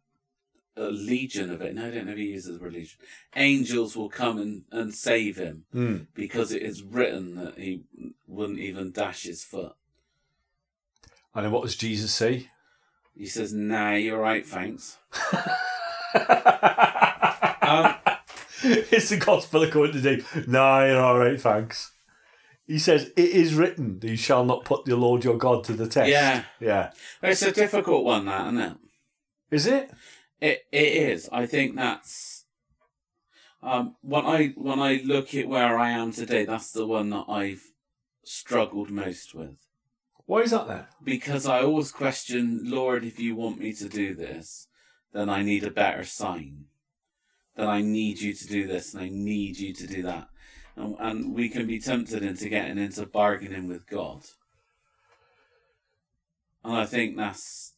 Speaker 2: a legion of it. No, I don't know if he uses the word legion. Angels will come and, and save him.
Speaker 1: Mm.
Speaker 2: because it is written that he wouldn't even dash his foot.
Speaker 1: And then what does Jesus say?
Speaker 2: He says, "Nah, you're right, thanks." Um,
Speaker 1: it's the gospel according to Dave. Nah, you're all right, thanks. He says, "It is written, that you shall not put the Lord your God to the test."
Speaker 2: Yeah.
Speaker 1: yeah.
Speaker 2: It's a difficult one, that isn't it?
Speaker 1: Is it?
Speaker 2: It it is. I think that's um when I when I look at where I am today, that's the one that I've struggled most with
Speaker 1: Why is that then?
Speaker 2: because I always question, Lord, if you want me to do this, then I need a better sign. Then I need you to do this and I need you to do that. And, and we can be tempted into getting into bargaining with God. And I think that's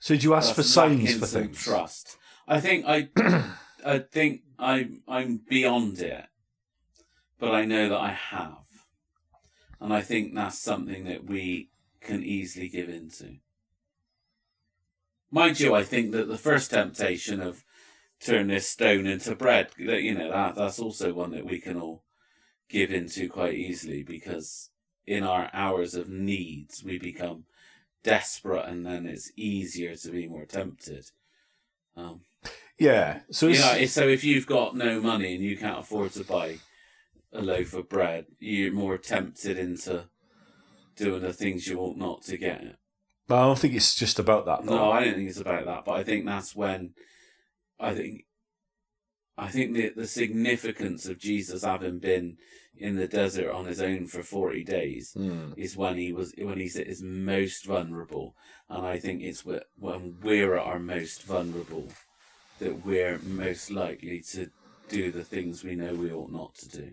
Speaker 1: So did you ask for
Speaker 2: that's
Speaker 1: signs
Speaker 2: lacking
Speaker 1: for
Speaker 2: some
Speaker 1: things?
Speaker 2: Trust. I think I, I think I'm I'm beyond it, but I know that I have, and I think that's something that we can easily give into. Mind you, I think that the first temptation of turn this stone into bread, that you know that that's also one that we can all give into quite easily because in our hours of needs we become desperate and then it's easier to be more tempted. Um,
Speaker 1: Yeah. So
Speaker 2: You
Speaker 1: it's,
Speaker 2: know, if- so if you've got no money and you can't afford to buy a loaf of bread, you're more tempted into doing the things you ought not to get.
Speaker 1: but I don't think it's just about that.
Speaker 2: No,
Speaker 1: Though.
Speaker 2: I don't think it's about that, but I think that's when I think I think the the significance of Jesus having been in the desert on his own for forty days
Speaker 1: Hmm.
Speaker 2: is when he was when he's at his most vulnerable, and I think it's whe- when we're at our most vulnerable that we're most likely to do the things we know we ought not to do.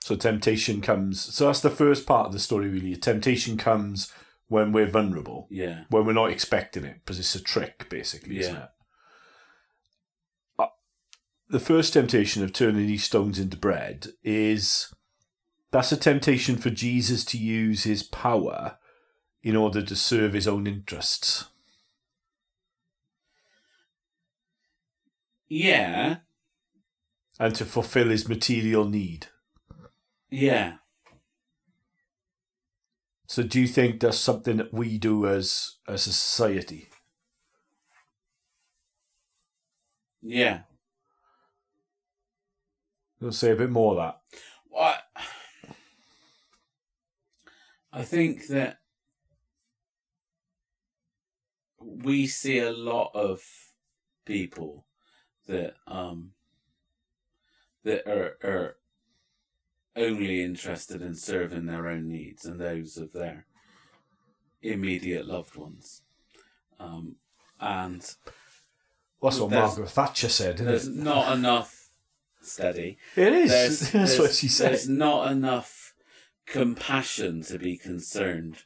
Speaker 1: So temptation comes. So that's the first part of the story, really. Temptation comes when we're vulnerable,
Speaker 2: Yeah,
Speaker 1: when we're not expecting it, because it's a trick, basically, isn't
Speaker 2: Yeah.
Speaker 1: it? Uh, The first temptation of turning these stones into bread is that's a temptation for Jesus to use his power in order to serve his own interests.
Speaker 2: yeah,
Speaker 1: and to fulfill his material need.
Speaker 2: yeah.
Speaker 1: So, do you think that's something that we do as as a society?
Speaker 2: Yeah.
Speaker 1: We'll say a bit more of that.
Speaker 2: I, I think that we see a lot of people that um that are are only interested in serving their own needs and those of their immediate loved ones. Um and
Speaker 1: That's what
Speaker 2: There's-
Speaker 1: Margaret Thatcher said,
Speaker 2: there's
Speaker 1: isn't it?
Speaker 2: not enough steady
Speaker 1: It
Speaker 2: there's,
Speaker 1: is. that's
Speaker 2: there's-
Speaker 1: what she said.
Speaker 2: There's not enough compassion to be concerned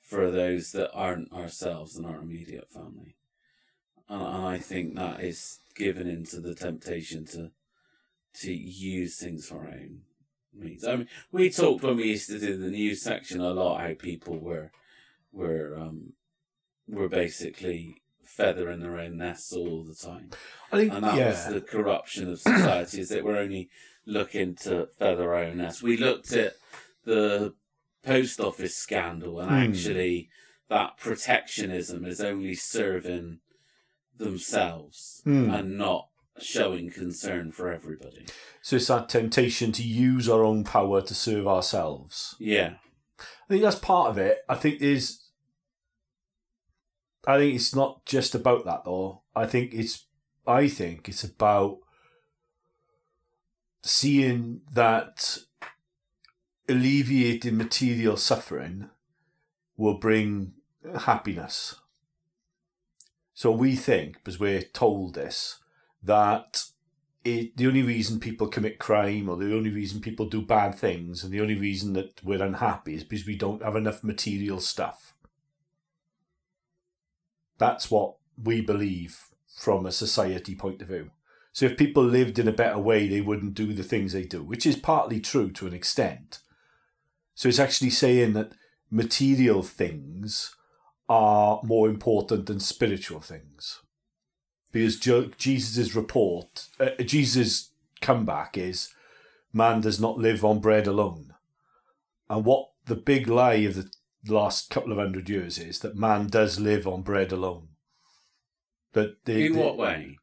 Speaker 2: for those that aren't ourselves and our immediate family. And, and I think that is given into the temptation to to use things for our own means. I mean, we talked when we used to do the news section a lot how people were were um were basically feathering their own nests all the time
Speaker 1: I think,
Speaker 2: and that
Speaker 1: yeah,
Speaker 2: was the corruption of society is that we're only looking to feather our own nest. We looked at the post office scandal, and
Speaker 1: Hmm.
Speaker 2: actually, that protectionism is only serving themselves
Speaker 1: Hmm.
Speaker 2: and not showing concern for everybody.
Speaker 1: so it's that temptation to use our own power to serve ourselves.
Speaker 2: Yeah,
Speaker 1: I think that's part of it. I think is. I think it's not just about that though. I think it's. I think it's about seeing that alleviating material suffering will bring happiness. So we think, because we're told this, that it, the only reason people commit crime or the only reason people do bad things and the only reason that we're unhappy is because we don't have enough material stuff. That's what we believe from a society point of view. So if people lived in a better way, they wouldn't do the things they do, which is partly true to an extent. So it's actually saying that material things are more important than spiritual things because Je- Jesus' report, uh, Jesus' comeback is man does not live on bread alone. And what the big lie of the last couple of hundred years is that man does live on bread alone. That the,
Speaker 2: in
Speaker 1: the-
Speaker 2: what way?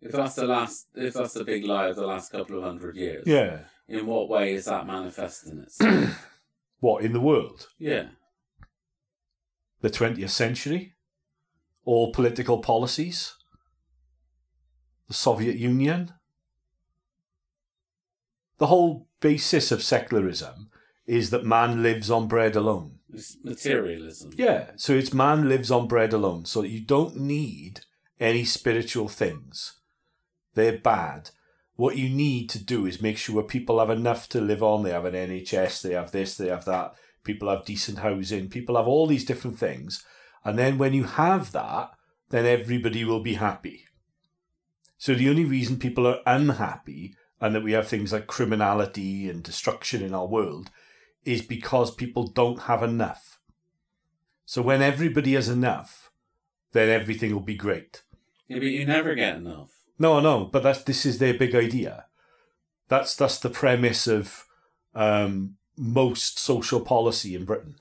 Speaker 2: If that's the last, if that's the big lie of the last couple of hundred years,
Speaker 1: Yeah.
Speaker 2: In what way is that manifesting itself?
Speaker 1: What, in the world?
Speaker 2: yeah.
Speaker 1: The 20th century? All political policies? The Soviet Union? The whole basis of secularism is that man lives on bread alone.
Speaker 2: It's materialism.
Speaker 1: Yeah, so it's man lives on bread alone. So you don't need any spiritual things. They're bad. What you need to do is make sure people have enough to live on. They have an NHS, they have this, they have that. People have decent housing, people have all these different things. And then when you have that, then everybody will be happy. So the only reason people are unhappy and that we have things like criminality and destruction in our world is because people don't have enough. So when everybody has enough, then everything will be great.
Speaker 2: Yeah, but you never get enough.
Speaker 1: No, I know, but that's this is their big idea. That's that's the premise of um, most social policy in Britain.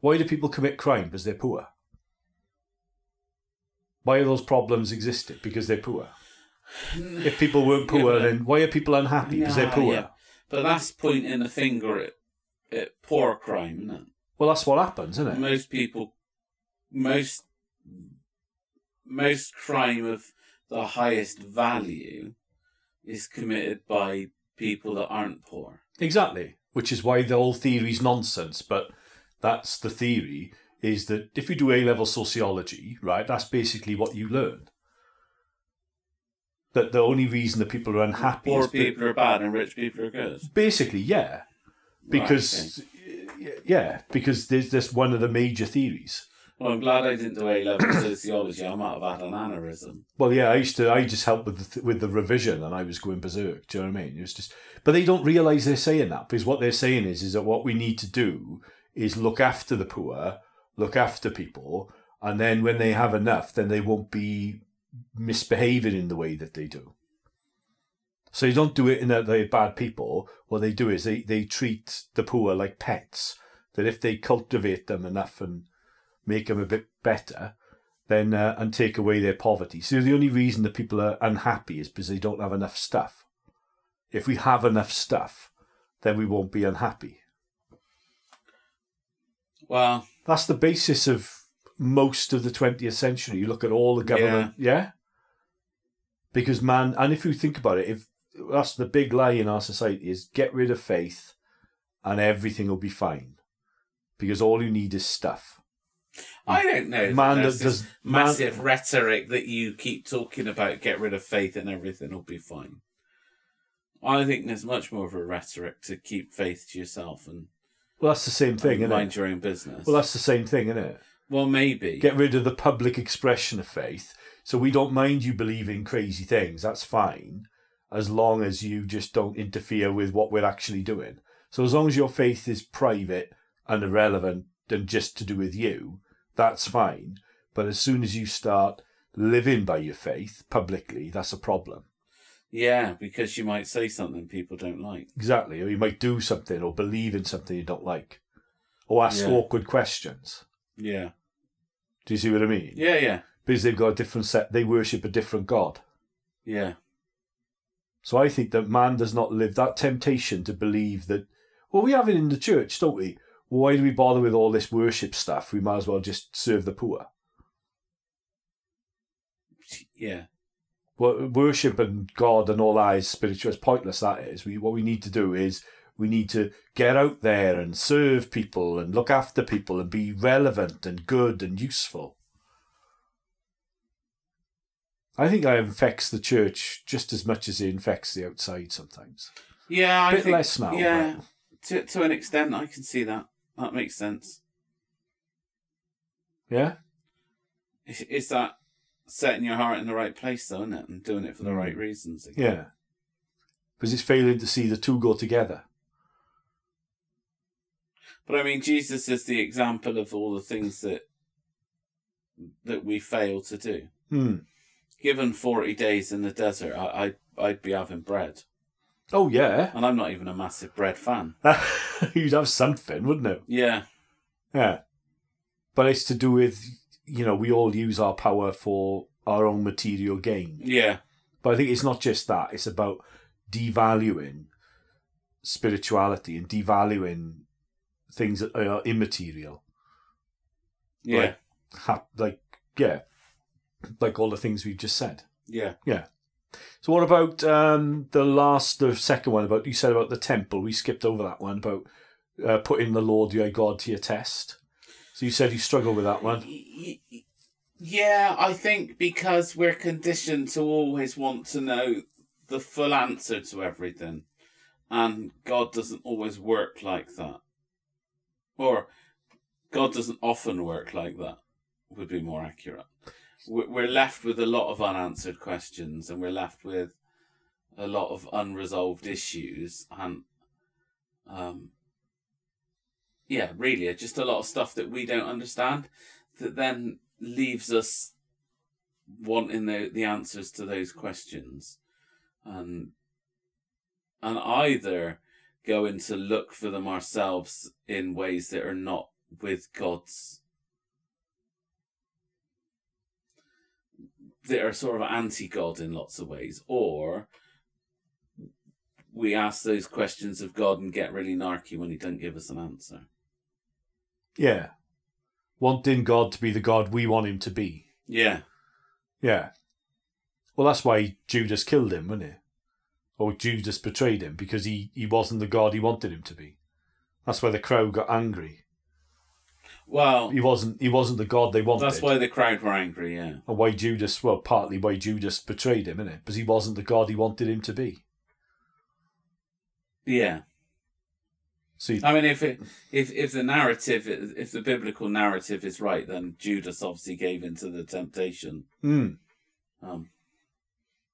Speaker 1: Why do people commit crime? Because they're poor. why are those problems existed? Because they're poor. If people weren't poor,
Speaker 2: Yeah, but-
Speaker 1: then why are people unhappy? Because they're
Speaker 2: Nah,
Speaker 1: poor.
Speaker 2: yeah. But that's pointing the finger at, at poor crime, isn't it?
Speaker 1: Well, that's what happens, isn't it?
Speaker 2: Most people, most most crime of the highest value is committed by people that aren't poor.
Speaker 1: Exactly, which is why the whole theory's nonsense. But that's the theory: is that if you do A level sociology, right, that's basically what you learn. That the only reason that people are unhappy
Speaker 2: Poor
Speaker 1: is be-
Speaker 2: people are bad and rich people are good.
Speaker 1: basically, yeah, because yeah, because there's this one of the major theories.
Speaker 2: Well, I'm glad I didn't do A level sociology. I might have had an aneurysm.
Speaker 1: Well, yeah, I used to. I just helped with the th- with the revision, and I was going berserk. Do you know what I mean? It was just, but they don't realize they're saying that because what they're saying is is that what we need to do is look after the poor, look after people, and then when they have enough, then they won't be misbehaving in the way that they do. So you don't do it in that they're bad people. What they do is they they treat the poor like pets. That if they cultivate them enough and make them a bit better, then uh, and take away their poverty. So the only reason that people are unhappy is because they don't have enough stuff. If we have enough stuff, then we won't be unhappy.
Speaker 2: Well,
Speaker 1: That's the basis of most of the 20th century. You look at all the government, yeah? Because man, and if you think about it, if that's the big lie in our society is get rid of faith and everything will be fine. Because all you need is stuff.
Speaker 2: I don't know.
Speaker 1: Man
Speaker 2: There's
Speaker 1: that
Speaker 2: this
Speaker 1: does man-
Speaker 2: massive rhetoric that you keep talking about. Get rid of faith and everything will be fine. I think there's much more of a rhetoric to keep faith to yourself and,
Speaker 1: Well, that's the same thing,
Speaker 2: and
Speaker 1: isn't
Speaker 2: mind
Speaker 1: it?
Speaker 2: your own business.
Speaker 1: Well, that's the same thing, isn't it?
Speaker 2: Well, maybe.
Speaker 1: get rid of the public expression of faith. So we don't mind you believing crazy things. That's fine, as long as you just don't interfere with what we're actually doing. So as long as your faith is private and irrelevant and just to do with you, that's fine. But as soon as you start living by your faith publicly, that's a problem.
Speaker 2: yeah, because you might say something people don't like.
Speaker 1: Exactly. Or you might do something or believe in something you don't like, or ask
Speaker 2: Yeah.
Speaker 1: awkward questions.
Speaker 2: Yeah.
Speaker 1: Do you see what I mean?
Speaker 2: Yeah, yeah.
Speaker 1: Because they've got a different set, they worship a different God.
Speaker 2: Yeah.
Speaker 1: So I think that man does not live that temptation to believe that. Well, we have it in the church, don't we? Why do we bother with all this worship stuff? We might as well just serve the poor.
Speaker 2: Yeah.
Speaker 1: Well, worship and God and all that is spiritual. It's pointless. That is. We what we need to do is we need to get out there and serve people and look after people and be relevant and good and useful. I think that infects the church just as much as it infects the outside sometimes.
Speaker 2: Yeah. I
Speaker 1: Bit
Speaker 2: think,
Speaker 1: less now,
Speaker 2: Yeah. To, to an extent, I can see that. That makes sense.
Speaker 1: Yeah.
Speaker 2: It's, it's that setting your heart in the right place, though, isn't it? And doing it for the right reasons. Again.
Speaker 1: Hmm. Yeah. Because it's failing to see the two go together.
Speaker 2: But I mean, Jesus is the example of all the things that that we fail to do.
Speaker 1: Hmm.
Speaker 2: Given forty days in the desert, I, I I'd be having bread,
Speaker 1: Oh, yeah.
Speaker 2: and I'm not even a massive bread fan.
Speaker 1: You'd have something, wouldn't it?
Speaker 2: Yeah,
Speaker 1: Yeah. But it's to do with, you know, we all use our power for our own material gain.
Speaker 2: yeah,
Speaker 1: But I think it's not just that, it's about devaluing spirituality and devaluing things that are immaterial.
Speaker 2: yeah,
Speaker 1: Right. Hap- like, yeah, like all the things we've just said.
Speaker 2: yeah.
Speaker 1: So what about um, the last, the second one about you said about the temple? We skipped over that one about uh, putting the Lord your God to your test. So you said you struggle with that one.
Speaker 2: Y- y- Yeah, I think because we're conditioned to always want to know the full answer to everything, and God doesn't always work like that, or God doesn't often work like that, would be more accurate. We're we're left with a lot of unanswered questions, and we're left with a lot of unresolved issues, and um, yeah, really, just a lot of stuff that we don't understand that then leaves us wanting the, the answers to those questions and and either going to look for them ourselves in ways that are not with god's that are sort of anti God in lots of ways, or we ask those questions of God and get really narky when he doesn't give us an answer.
Speaker 1: Yeah. Wanting God to be the God we want him to be.
Speaker 2: Yeah.
Speaker 1: Yeah. Well, that's why Judas killed him, wasn't it? Or Judas betrayed him because he, he wasn't the God he wanted him to be. That's why the crowd got angry.
Speaker 2: Well,
Speaker 1: He wasn't he wasn't the God they wanted.
Speaker 2: that's why the crowd were angry, yeah.
Speaker 1: and why Judas, well, partly why Judas betrayed him, innit? Because he wasn't the God he wanted him to be.
Speaker 2: Yeah.
Speaker 1: So he,
Speaker 2: I mean, if it, if if the narrative, if the biblical narrative is right, then Judas obviously gave into the temptation.
Speaker 1: Mm,
Speaker 2: Um,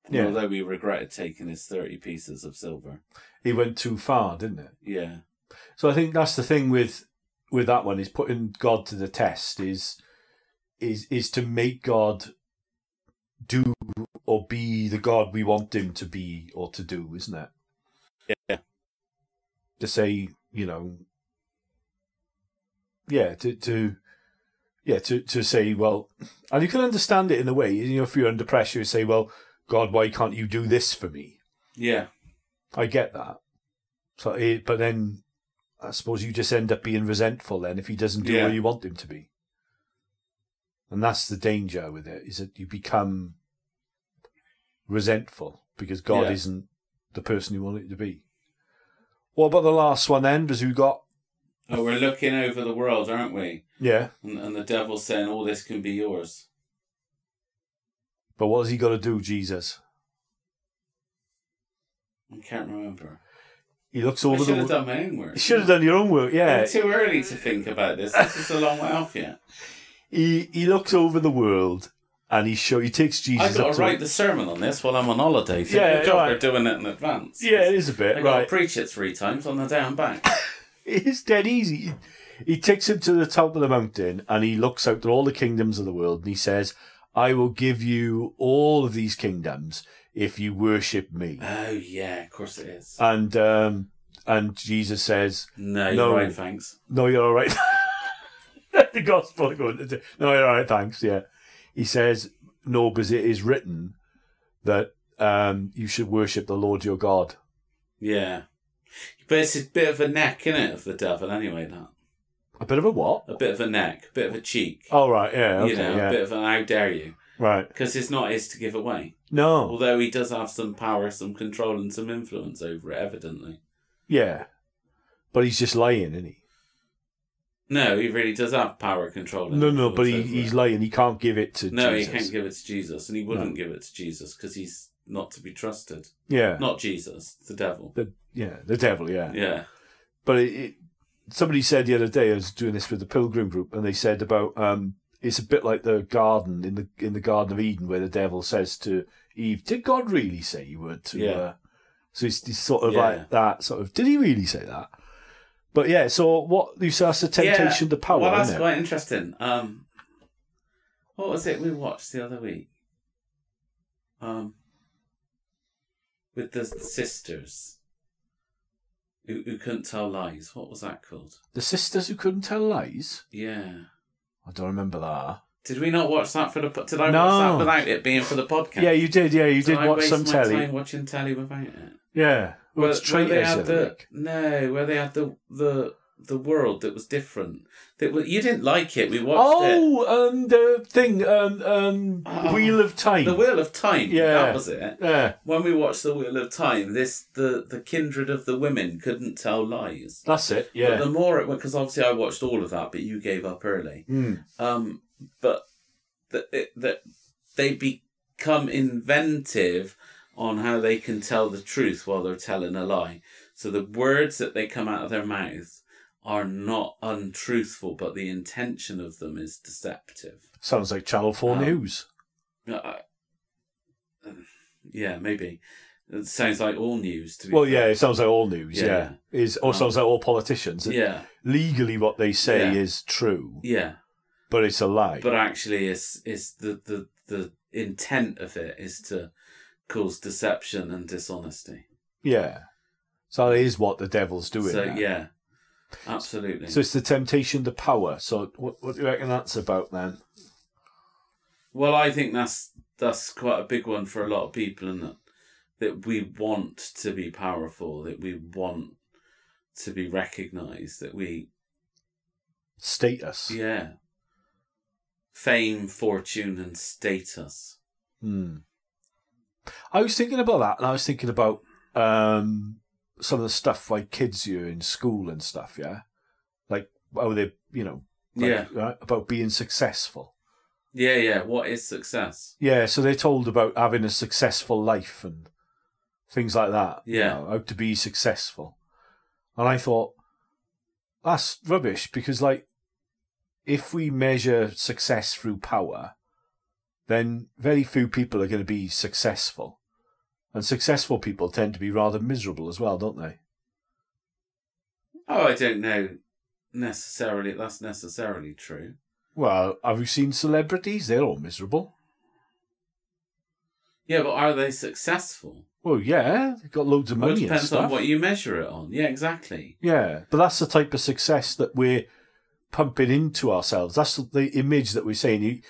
Speaker 2: and
Speaker 1: Yeah.
Speaker 2: Although we regretted taking his thirty pieces of silver.
Speaker 1: he went too far, didn't it?
Speaker 2: Yeah.
Speaker 1: So I think that's the thing with with that one is putting God to the test is is is to make God do or be the God we want him to be or to do, isn't it?
Speaker 2: Yeah.
Speaker 1: To say, you know Yeah, to to yeah, to, to say, well and you can understand it in a way, you know, if you're under pressure you say, Well, God, why can't you do this for me?
Speaker 2: Yeah.
Speaker 1: I get that. So, it, but then I suppose you just end up being resentful then if he doesn't do
Speaker 2: Yeah.
Speaker 1: what you want him to be. And that's the danger with it is that you become resentful because God
Speaker 2: Yeah.
Speaker 1: isn't the person you want it to be. What about the last one then? Because we got
Speaker 2: Oh, we're looking over the world, aren't we?
Speaker 1: yeah,
Speaker 2: And, and the devil's saying, "All this can be yours."
Speaker 1: but what has he got to do, Jesus?
Speaker 2: I can't remember.
Speaker 1: He looks
Speaker 2: I
Speaker 1: over
Speaker 2: should
Speaker 1: the.
Speaker 2: have
Speaker 1: wo-
Speaker 2: done my own work.
Speaker 1: You should have done your own work, yeah.
Speaker 2: It's too early to think about this. This is a long way off yet.
Speaker 1: He he looks over the world and he show he takes
Speaker 2: I've
Speaker 1: Jesus.
Speaker 2: got
Speaker 1: up
Speaker 2: to
Speaker 1: to
Speaker 2: write the sermon on this while I'm on holiday. So
Speaker 1: Yeah,
Speaker 2: good job
Speaker 1: right.
Speaker 2: they're doing it in advance.
Speaker 1: Yeah, it is a bit
Speaker 2: I got to
Speaker 1: right.
Speaker 2: preach it three times on the day I'm back.
Speaker 1: It's dead easy. He takes him to the top of the mountain and he looks out at all the kingdoms of the world and he says, I will give you all of these kingdoms if you worship me.
Speaker 2: Oh yeah, of course it is.
Speaker 1: And um, and Jesus says,
Speaker 2: no, you're
Speaker 1: no.
Speaker 2: right, thanks.
Speaker 1: No, you're all right. the gospel. going to do- No, you're all right. Thanks. Yeah. He says, No, because it is written that um, you should worship the Lord your God.
Speaker 2: Yeah. But it's a bit of a neck, is it, of the devil anyway, that.
Speaker 1: A bit of a what?
Speaker 2: A bit of a neck, a bit of a cheek.
Speaker 1: Oh, right. Yeah. Okay.
Speaker 2: you know,
Speaker 1: yeah.
Speaker 2: a bit of an how dare you.
Speaker 1: Right.
Speaker 2: Because it's not his to give away.
Speaker 1: No.
Speaker 2: Although he does have some power, some control and some influence over it, evidently.
Speaker 1: Yeah. But he's just lying, isn't he?
Speaker 2: No, he really does have power, control and
Speaker 1: No, no,
Speaker 2: influence
Speaker 1: but he,
Speaker 2: over
Speaker 1: he's
Speaker 2: it.
Speaker 1: lying. He can't give it to
Speaker 2: No,
Speaker 1: Jesus.
Speaker 2: he can't give it to Jesus, and he wouldn't
Speaker 1: No.
Speaker 2: give it to Jesus because he's not to be trusted.
Speaker 1: yeah,
Speaker 2: Not Jesus, the devil.
Speaker 1: the yeah, the devil. Yeah,
Speaker 2: Yeah.
Speaker 1: but it, it, somebody said the other day I was doing this with the Pilgrim group, and they said about um, it's a bit like the garden in the in the Garden of Eden where the devil says to Eve, "Did God really say you were to?"
Speaker 2: Yeah.
Speaker 1: Uh, so it's, it's sort of
Speaker 2: Yeah.
Speaker 1: like that. Sort of, did he really say that? But yeah, so what? You say that's the temptation, to power,
Speaker 2: Well, that's
Speaker 1: isn't it?
Speaker 2: quite interesting. Um, what was it we watched the other week? Um, with the sisters who, who couldn't tell lies. What was that called?
Speaker 1: The sisters who couldn't tell lies.
Speaker 2: Yeah.
Speaker 1: I don't remember that.
Speaker 2: Did we not watch that for the? po- Did I
Speaker 1: No.
Speaker 2: watch that without it being for the podcast?
Speaker 1: Yeah, you did. Yeah, you
Speaker 2: did
Speaker 1: did
Speaker 2: I
Speaker 1: watch
Speaker 2: waste
Speaker 1: some
Speaker 2: my
Speaker 1: telly.
Speaker 2: Time watching telly without it.
Speaker 1: Yeah. Well,
Speaker 2: Where-
Speaker 1: it's
Speaker 2: where they
Speaker 1: traitors,
Speaker 2: had
Speaker 1: I
Speaker 2: the,
Speaker 1: think.
Speaker 2: no, where they had the the the world that was different. That was, you didn't like it. We watched it.
Speaker 1: Oh, um, the thing, um, um,
Speaker 2: Oh.
Speaker 1: Wheel of Time.
Speaker 2: The Wheel of Time.
Speaker 1: Yeah.
Speaker 2: that was it.
Speaker 1: yeah,
Speaker 2: When we watched The Wheel of Time, this the the kindred of the women couldn't tell lies.
Speaker 1: that's it.
Speaker 2: But
Speaker 1: Yeah.
Speaker 2: the more it went, because obviously I watched all of that, but you gave up early.
Speaker 1: Mm.
Speaker 2: Um, but that it- that they become inventive on how they can tell the truth while they're telling a lie. So the words that they come out of their mouth are not untruthful, but the intention of them is deceptive.
Speaker 1: Sounds like Channel 4
Speaker 2: Um,
Speaker 1: News.
Speaker 2: Uh, I- yeah, maybe. It sounds like all news to be
Speaker 1: Well, yeah,
Speaker 2: fair.
Speaker 1: it sounds like all news.
Speaker 2: Yeah, Oh.
Speaker 1: Yeah. Is, or sounds like all politicians.
Speaker 2: yeah,
Speaker 1: Legally, what they say
Speaker 2: Yeah.
Speaker 1: is true,
Speaker 2: yeah.
Speaker 1: but it's a lie.
Speaker 2: But actually, it's it's the the the intent of it is to cause deception and dishonesty.
Speaker 1: yeah. So that is what the devil's doing.
Speaker 2: so
Speaker 1: now.
Speaker 2: yeah, absolutely.
Speaker 1: So it's the temptation to power. So what, what do you reckon that's about then?
Speaker 2: well, I think that's that's quite a big one for a lot of people, and that that we want to be powerful, that we want to be recognised, that we
Speaker 1: Status.
Speaker 2: yeah, fame, fortune, and status.
Speaker 1: Hmm. I was thinking about that, and I was thinking about um, some of the stuff like kids you in school and stuff. Yeah, like oh they you know like,
Speaker 2: yeah,
Speaker 1: right, about being successful.
Speaker 2: yeah, yeah. What is success?
Speaker 1: Yeah, so they're told about having a successful life and things like that. you
Speaker 2: Yeah.
Speaker 1: know, how to be successful. And I thought that's rubbish because, like, if we measure success through power, then very few people are going to be successful. And successful people tend to be rather miserable as well, don't they?
Speaker 2: Oh, I don't know necessarily. That's necessarily true.
Speaker 1: Well, have you seen celebrities? They're all miserable.
Speaker 2: Yeah, but are they successful?
Speaker 1: Well, yeah, they've got loads of
Speaker 2: Well,
Speaker 1: money
Speaker 2: it
Speaker 1: and
Speaker 2: depends
Speaker 1: stuff.
Speaker 2: on what you measure it on. Yeah, exactly.
Speaker 1: Yeah, but that's the type of success that we're pumping into ourselves. That's the image that we're saying. You,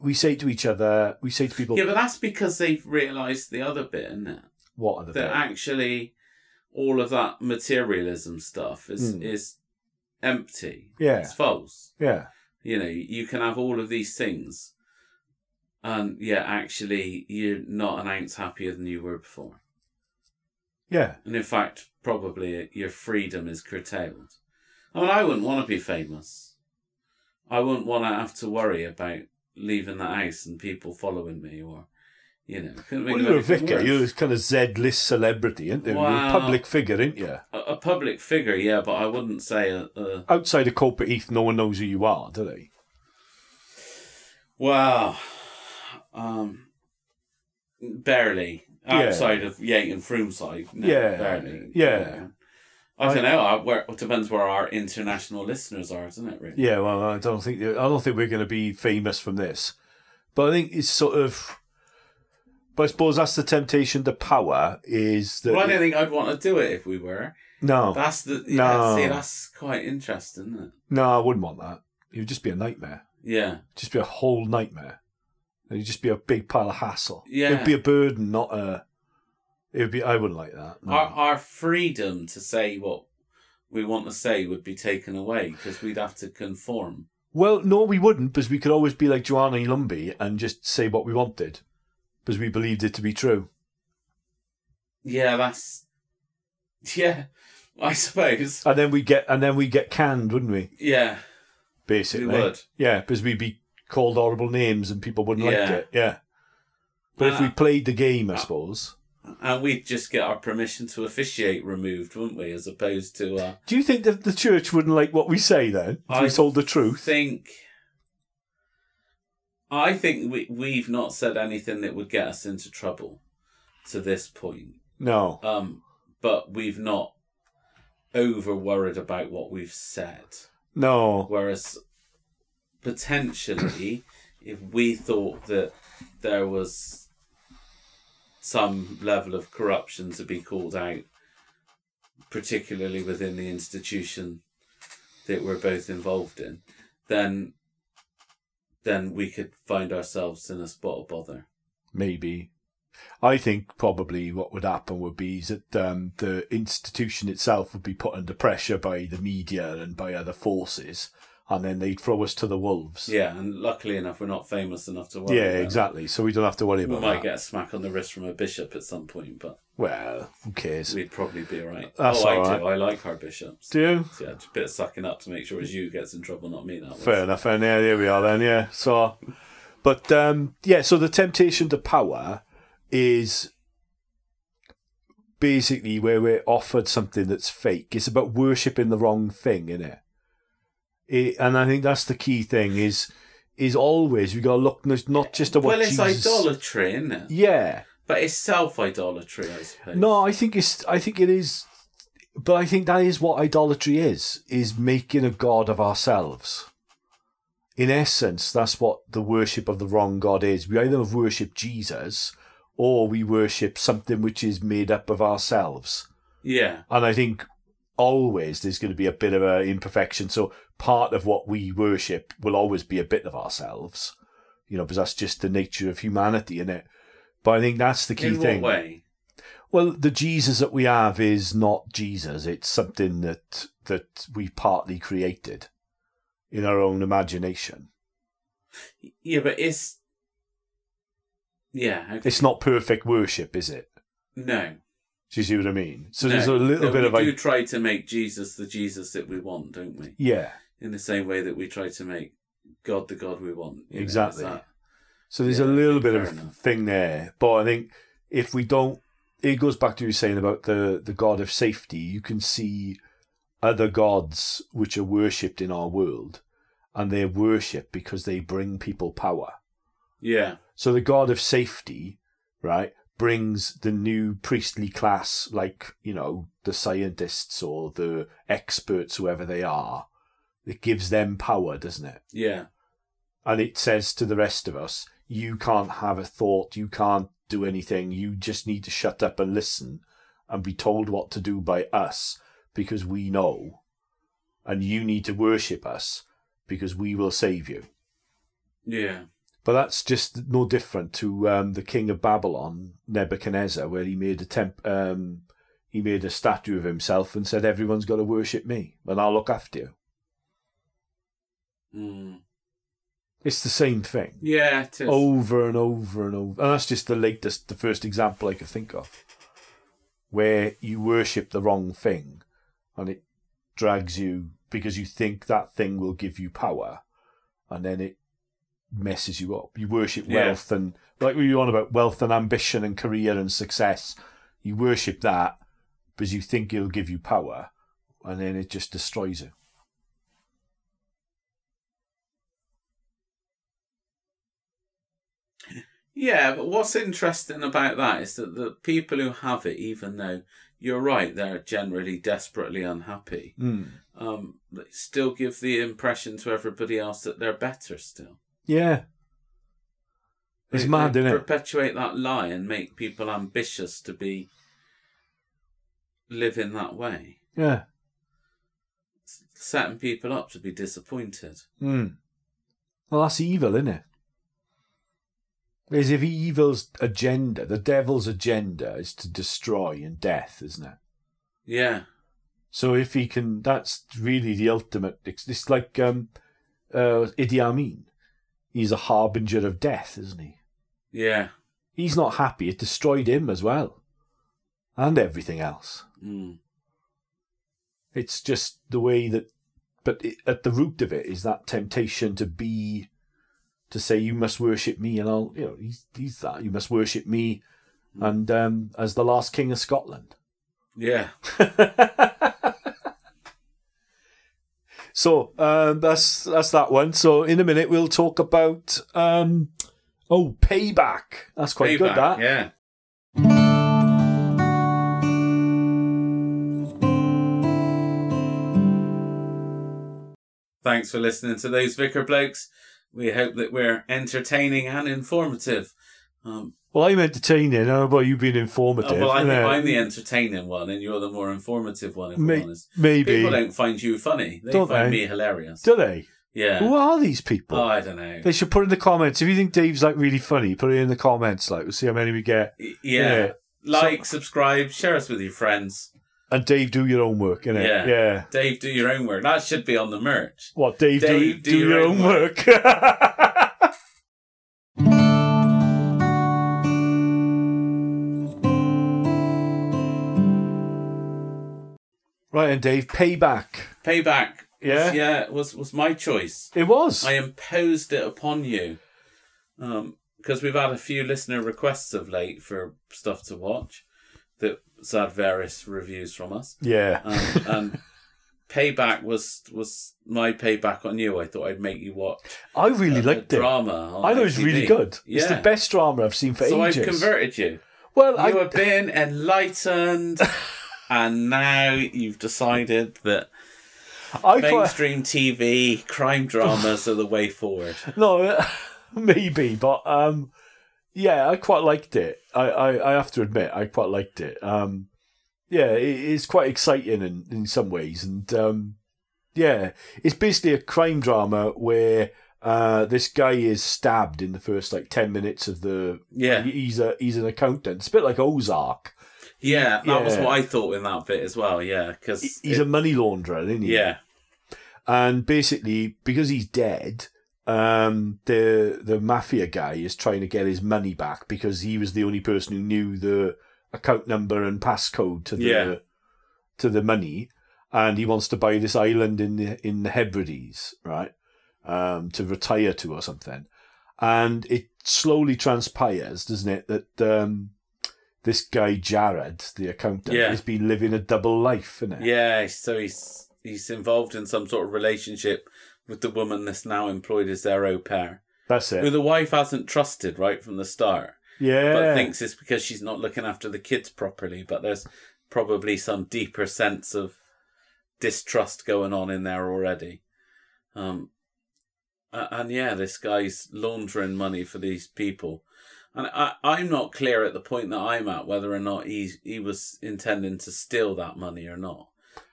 Speaker 1: we say to each other, we say to people,
Speaker 2: Yeah, but that's because they've realised the other bit, isn't it?
Speaker 1: "What are the
Speaker 2: That
Speaker 1: bit?
Speaker 2: actually all of that materialism stuff is
Speaker 1: Mm.
Speaker 2: is empty.
Speaker 1: Yeah.
Speaker 2: It's false.
Speaker 1: Yeah,
Speaker 2: You know, you can have all of these things. And yeah, actually you're not an ounce happier than you were before.
Speaker 1: yeah,
Speaker 2: And in fact, probably your freedom is curtailed. I mean, I wouldn't want to be famous. I wouldn't want to have to worry about leaving the house and people following me or, you know. couldn't think
Speaker 1: Well,
Speaker 2: of
Speaker 1: you're a
Speaker 2: anything
Speaker 1: vicar.
Speaker 2: worse.
Speaker 1: You're a kind of Z-list celebrity, aren't you? You're a
Speaker 2: Wow.
Speaker 1: public figure, aren't you?
Speaker 2: a, a public figure, yeah, but I wouldn't say a, a
Speaker 1: Outside of corporate Heath, no one knows who you are, do they?
Speaker 2: wow, um, barely
Speaker 1: Yeah.
Speaker 2: outside of Yate and Froomside. No,
Speaker 1: Yeah.
Speaker 2: barely.
Speaker 1: Yeah.
Speaker 2: I
Speaker 1: I-
Speaker 2: don't know. I, where, it depends where our international listeners are, doesn't it? Really?
Speaker 1: Yeah, well, I don't think I don't think we're going to be famous from this, but I think it's sort of. But I suppose that's the temptation to power is that
Speaker 2: Well, I don't think I'd want to do it if we were.
Speaker 1: no,
Speaker 2: That's the
Speaker 1: Oh. No.
Speaker 2: yeah, see, that's quite interesting, isn't it?
Speaker 1: No, I wouldn't want that. It would just be a nightmare.
Speaker 2: Yeah,
Speaker 1: Just be a whole nightmare. And it'd just be a big pile of hassle.
Speaker 2: Yeah.
Speaker 1: It'd be a burden, not a. It would be. I wouldn't like that. no.
Speaker 2: our our freedom to say what we want to say would be taken away because we'd have to conform.
Speaker 1: well, no, we wouldn't, because we could always be like Joanna Lumby and just say what we wanted, because we believed it to be true.
Speaker 2: Yeah, that's yeah. I suppose.
Speaker 1: And then we get, and then we get canned, wouldn't we?
Speaker 2: Yeah,
Speaker 1: Basically,
Speaker 2: We would.
Speaker 1: Yeah, because we'd be called horrible names and people wouldn't like
Speaker 2: Yeah.
Speaker 1: it. Yeah. But if
Speaker 2: Ah.
Speaker 1: we played the game, I suppose.
Speaker 2: and we'd just get our permission to officiate removed, wouldn't we? As opposed to, uh,
Speaker 1: Do you think that the church wouldn't like what we say then? If
Speaker 2: I
Speaker 1: we told the truth?
Speaker 2: think. I think we we've not said anything that would get us into trouble to this point.
Speaker 1: No.
Speaker 2: Um, but we've not over worried about what we've said.
Speaker 1: No.
Speaker 2: Whereas potentially, if we thought that there was some level of corruption to be called out, particularly within the institution that we're both involved in, then then we could find ourselves in a spot of bother.
Speaker 1: Maybe. I think probably what would happen would be is that um, the institution itself would be put under pressure by the media and by other forces, and then they'd throw us to the wolves.
Speaker 2: Yeah, and luckily enough, we're not famous enough to worry.
Speaker 1: Yeah,
Speaker 2: about that.
Speaker 1: exactly. So we don't have to worry
Speaker 2: We
Speaker 1: about
Speaker 2: might
Speaker 1: that.
Speaker 2: get a smack on the wrist from a bishop at some point, but
Speaker 1: Well, who cares?
Speaker 2: we'd probably be all right.
Speaker 1: That's
Speaker 2: oh, I
Speaker 1: all right.
Speaker 2: do. I like our bishops.
Speaker 1: Do you?
Speaker 2: So, yeah, it's a bit of sucking up to make sure it's you who gets in trouble, not me. That
Speaker 1: Fair enough. And yeah, there we are then. Yeah. So, but um, yeah. So the temptation to power is basically where we're offered something that's fake. It's about worshiping the wrong thing, isn't it? it and I think that's the key thing is is always we got to look not- not just at what
Speaker 2: Well, it's
Speaker 1: Jesus.
Speaker 2: idolatry, isn't it?
Speaker 1: Yeah.
Speaker 2: But it's self idolatry, I suppose.
Speaker 1: No, I think it's. I think it is. But I think that is what idolatry is: is making a god of ourselves. In essence, that's what the worship of the wrong god is. We either worship Jesus, or we worship something which is made up of ourselves.
Speaker 2: Yeah.
Speaker 1: And I think always there's going to be a bit of an imperfection. So part of what we worship will always be a bit of ourselves. you know, because that's just the nature of humanity in it. But I think that's the key
Speaker 2: In
Speaker 1: thing.
Speaker 2: what way?
Speaker 1: Well, the Jesus that we have is not Jesus. It's something that that we partly created in our own imagination.
Speaker 2: Yeah, but it's. Yeah, okay.
Speaker 1: It's not perfect worship, is it?
Speaker 2: no.
Speaker 1: Do you see what I mean? So
Speaker 2: no.
Speaker 1: there's a little
Speaker 2: No,
Speaker 1: bit
Speaker 2: we
Speaker 1: of a
Speaker 2: do try to make Jesus the Jesus that we want, don't we?
Speaker 1: yeah.
Speaker 2: In the same way that we try to make God the God we want. you know, it's
Speaker 1: Exactly.
Speaker 2: that-
Speaker 1: So there's
Speaker 2: Yeah,
Speaker 1: a little bit of
Speaker 2: fair
Speaker 1: a
Speaker 2: enough.
Speaker 1: thing there, but I think if we don't, it goes back to you saying about the the god of safety. You can see other gods which are worshipped in our world, and they're worshipped because they bring people power.
Speaker 2: yeah.
Speaker 1: So the god of safety, right, brings the new priestly class, like, you know, the scientists or the experts, whoever they are. It gives them power, doesn't it?
Speaker 2: Yeah.
Speaker 1: And it says to the rest of us, you can't have a thought, you can't do anything, you just need to shut up and listen and be told what to do by us because we know. And you need to worship us because we will save you.
Speaker 2: Yeah.
Speaker 1: But that's just no different to um, the king of Babylon, Nebuchadnezzar, where he made a temp- um, he made a statue of himself and said, "Everyone's got to worship me, and I'll look after you."
Speaker 2: Mm.
Speaker 1: It's the same thing
Speaker 2: Yeah. It is.
Speaker 1: over and over and over, and that's just the latest, the first example I could think of, where you worship the wrong thing, and it drags you because you think that thing will give you power, and then it messes you up. You worship
Speaker 2: Yeah.
Speaker 1: wealth and like we were on about wealth and ambition and career and success. You worship that because you think it'll give you power, and then it just destroys you.
Speaker 2: Yeah, but what's interesting about that is that the people who have it, even though you're right, they're generally desperately unhappy,
Speaker 1: Hmm.
Speaker 2: um, they still give the impression to everybody else that they're better still.
Speaker 1: Yeah, it's
Speaker 2: They-
Speaker 1: mad,
Speaker 2: they
Speaker 1: isn't it?
Speaker 2: Perpetuate that lie and make people ambitious to be living that way,
Speaker 1: Yeah.
Speaker 2: s- setting people up to be disappointed.
Speaker 1: Mm. Well, that's evil, isn't it? Is if evil's agenda, the devil's agenda is to destroy and death, isn't it?
Speaker 2: Yeah,
Speaker 1: So if he can, that's really the ultimate. It's, it's like um, uh, Idi Amin. He's a harbinger of death, isn't he?
Speaker 2: yeah.
Speaker 1: He's not happy. It destroyed him as well, and everything else.
Speaker 2: Mm.
Speaker 1: It's just the way that, but it, at the root of it is that temptation to be, to say you must worship me, and I'll, you know, he's, he's that you must worship me,
Speaker 2: Hmm.
Speaker 1: and um, as the last king of Scotland.
Speaker 2: Yeah.
Speaker 1: so um, that's that's that one. So in a minute we'll talk about um, oh payback. That's quite good.
Speaker 2: Payback,
Speaker 1: That
Speaker 2: Yeah. Thanks for listening to those Vicar Blokes. We hope that we're entertaining and informative. Um,
Speaker 1: well, I'm entertaining. I don't know about you being
Speaker 2: oh,
Speaker 1: informative.
Speaker 2: well, I think
Speaker 1: innit?
Speaker 2: I'm the entertaining one, and you're the more informative one. If
Speaker 1: May-
Speaker 2: I'm honest,
Speaker 1: Maybe
Speaker 2: people don't find you funny; they
Speaker 1: Don't
Speaker 2: find
Speaker 1: they?
Speaker 2: me hilarious.
Speaker 1: do they?
Speaker 2: yeah.
Speaker 1: Who are these people?
Speaker 2: Oh, I don't know.
Speaker 1: They should put in the comments. If you think Dave's like really funny, put it in the comments. Like, we'll see how many we get.
Speaker 2: Y-
Speaker 1: Yeah.
Speaker 2: Yeah. Like, subscribe, share us with your friends.
Speaker 1: And Dave, do your own work, innit?
Speaker 2: Yeah.
Speaker 1: yeah.
Speaker 2: Dave, do your own work. That should be on the merch.
Speaker 1: What, Dave, do,
Speaker 2: Dave,
Speaker 1: do, your, own work. right, and Dave, payback.
Speaker 2: Payback.
Speaker 1: Yeah?
Speaker 2: Yeah, was was my choice.
Speaker 1: It was.
Speaker 2: I imposed it upon you. Um, because we've had a few listener requests of late for stuff to watch that's had various reviews from us.
Speaker 1: yeah.
Speaker 2: Um, and payback was was my payback on you. I thought I'd make you watch
Speaker 1: I really
Speaker 2: a- a
Speaker 1: liked it.
Speaker 2: uh, drama. on
Speaker 1: I know it's
Speaker 2: ITV.
Speaker 1: really good.
Speaker 2: Yeah.
Speaker 1: It's the best drama I've seen for
Speaker 2: so
Speaker 1: ages.
Speaker 2: I've converted you.
Speaker 1: well,
Speaker 2: You
Speaker 1: I,
Speaker 2: have been enlightened and now you've decided that
Speaker 1: I quite,
Speaker 2: mainstream TV crime dramas are the way forward.
Speaker 1: no, maybe, but um, yeah, I quite liked it. I, I, I have to admit, I quite liked it. Um, yeah, it, it's quite exciting in, in some ways, and um, yeah, it's basically a crime drama where Uh, this guy is stabbed in the first like ten minutes of the.
Speaker 2: Yeah.
Speaker 1: He's a he's an accountant. It's a bit like Ozark.
Speaker 2: Yeah, that was
Speaker 1: Yeah.
Speaker 2: what I thought in that bit as well. Yeah, because
Speaker 1: He- He's a money launderer, isn't he?
Speaker 2: yeah,
Speaker 1: And basically, because he's dead, um, the the mafia guy is trying to get his money back because he was the only person who knew the account number and passcode to the
Speaker 2: Yeah.
Speaker 1: to the money, and he wants to buy this island in the in the Hebrides, right, um, to retire to or something. And it slowly transpires, doesn't it, that um, this guy Jared, the accountant,
Speaker 2: Yeah.
Speaker 1: has been living a double life, isn't it?
Speaker 2: yeah. So he's he's involved in some sort of relationship with the woman that's now employed as their au pair,
Speaker 1: That's it.
Speaker 2: who the wife hasn't trusted right from the start,
Speaker 1: yeah.
Speaker 2: but thinks it's because she's not looking after the kids properly. But there's probably some deeper sense of distrust going on in there already. Um, a- and yeah, this guy's laundering money for these people. And I, I'm not clear at the point that I'm at whether or not he he was intending to steal that money or not.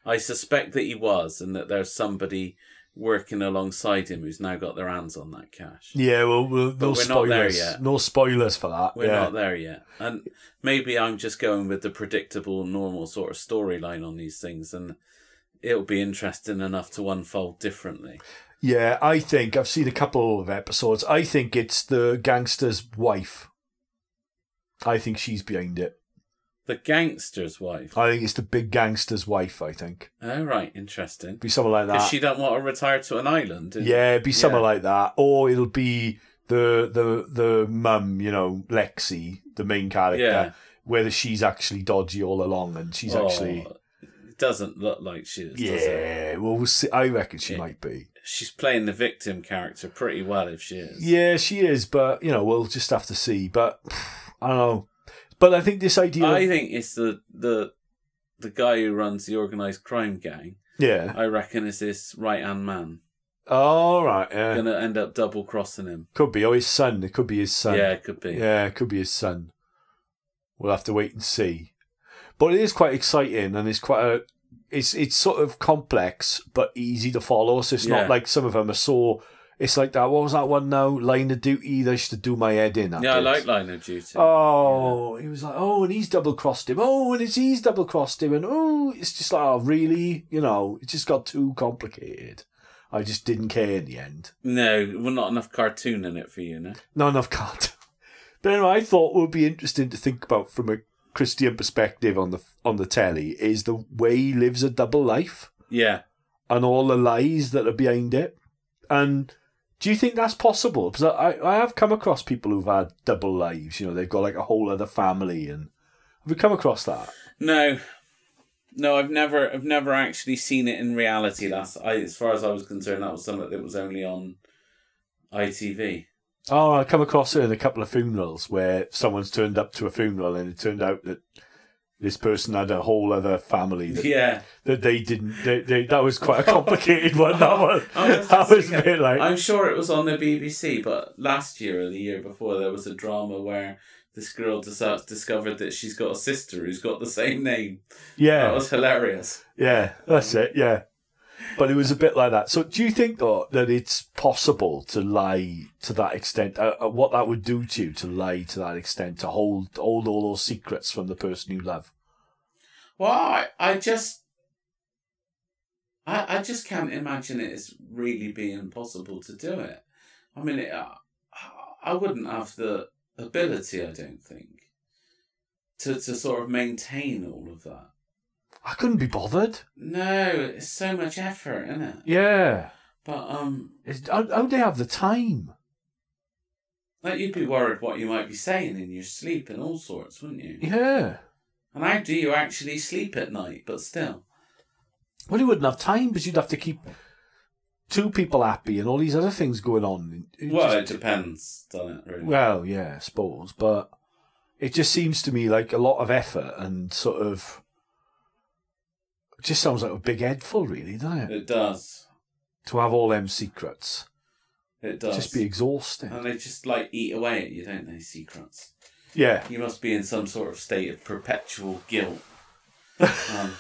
Speaker 2: I suspect that he was, and that there's somebody working alongside him who's now got their hands on that cash.
Speaker 1: Yeah, well, we'll
Speaker 2: But
Speaker 1: no
Speaker 2: we're not there
Speaker 1: spoilers.
Speaker 2: yet.
Speaker 1: No spoilers for that.
Speaker 2: We're
Speaker 1: yeah.
Speaker 2: not there yet. And maybe I'm just going with the predictable, normal sort of storyline on these things, and it'll be interesting enough to unfold differently.
Speaker 1: yeah, I think I've seen a couple of episodes. I think it's the gangster's wife. I think she's behind it.
Speaker 2: The gangster's wife.
Speaker 1: I think it's the big gangster's wife. I think
Speaker 2: Oh, right, interesting.
Speaker 1: be someone like
Speaker 2: Because
Speaker 1: that.
Speaker 2: she don't want to retire to an island. and-
Speaker 1: yeah, it'd be someone
Speaker 2: yeah.
Speaker 1: like that, or it'll be the the the mum. You know, Lexi, the main character.
Speaker 2: Yeah.
Speaker 1: Whether she's actually dodgy all along and she's
Speaker 2: Oh,
Speaker 1: actually
Speaker 2: It doesn't look like she is, does it?
Speaker 1: yeah. Well, we'll see. I reckon she
Speaker 2: Yeah.
Speaker 1: might be.
Speaker 2: She's playing the victim character pretty well if she is.
Speaker 1: Yeah, she is, but you know, we'll just have to see. But I don't know. But I think this idea,
Speaker 2: I think it's the, the the guy who runs the organised crime gang,
Speaker 1: yeah.
Speaker 2: I reckon is this right hand man.
Speaker 1: All right, yeah,
Speaker 2: Gonna end up double crossing him.
Speaker 1: could be or his son. It could be his son.
Speaker 2: Yeah, it could be.
Speaker 1: yeah, it could be his son. We'll have to wait and see. But it is quite exciting, and it's quite a. It's it's sort of complex but easy to follow. So it's
Speaker 2: Yeah.
Speaker 1: not like some of them are so. It's like that. What was that one now? Line of duty. They used to do my head in. that
Speaker 2: Yeah, I
Speaker 1: did.
Speaker 2: like Line of Duty.
Speaker 1: Oh, he was like, oh, and he's double crossed him. Oh, and it's he's double crossed him, and oh, it's just like, oh, really? You know, it just got too complicated. I just didn't care in the end.
Speaker 2: No, well, not enough cartoon in it for you, no?
Speaker 1: Not enough cartoon. But anyway, I thought what would be interesting to think about from a Christian perspective on the on the telly is the way he lives a double life
Speaker 2: Yeah.
Speaker 1: and all the lies that are behind it. And do you think that's possible? Because I, I have come across people who've had double lives. You know, they've got like a whole other family, and have you come across that?
Speaker 2: No. No, I've never I've never actually seen it in reality. That's I, as far as I was concerned, that was something that was only on ITV.
Speaker 1: Oh, I come across it in a couple of funerals where someone's turned up to a funeral and it turned out that this person had a whole other family that,
Speaker 2: Yeah.
Speaker 1: that they didn't. They, they, that was quite a complicated one. That was
Speaker 2: I was
Speaker 1: that was a
Speaker 2: thinking-
Speaker 1: bit like
Speaker 2: I'm sure it was on the BBC, but last year or the year before, there was a drama where this girl dis- discovered that she's got a sister who's got the same name. That
Speaker 1: yeah,
Speaker 2: was hilarious.
Speaker 1: yeah. That's it. Yeah, but it was a bit like that. So, do you think though that it's possible to lie to that extent? Uh, uh, what that would do to you to lie to that extent to hold hold all those secrets from the person you love?
Speaker 2: Well, I, I just, I, I just can't imagine it as really being possible to do it. I mean, it, I, I wouldn't have the ability, I don't think, to to sort of maintain all of that.
Speaker 1: I couldn't be bothered.
Speaker 2: No, it's so much effort, isn't it?
Speaker 1: Yeah,
Speaker 2: But um,
Speaker 1: It's- how how do they have the time?
Speaker 2: like you'd be worried what you might be saying in your sleep and all sorts, wouldn't you?
Speaker 1: Yeah.
Speaker 2: And how do you actually sleep at night? But still,
Speaker 1: Well, you wouldn't have time because you'd have to keep two people happy and all these other things going on. It
Speaker 2: well, it
Speaker 1: just-
Speaker 2: depends, doesn't it? Really?
Speaker 1: well, yeah, I suppose, but it just seems to me like a lot of effort and sort of. It just sounds like a big head full, really, doesn't it?
Speaker 2: it does.
Speaker 1: To have all them secrets,
Speaker 2: It
Speaker 1: It'd
Speaker 2: does.
Speaker 1: just be exhausting.
Speaker 2: And they just like eat away at you, don't they? Secrets.
Speaker 1: yeah,
Speaker 2: You must be in some sort of state of perpetual guilt. Um,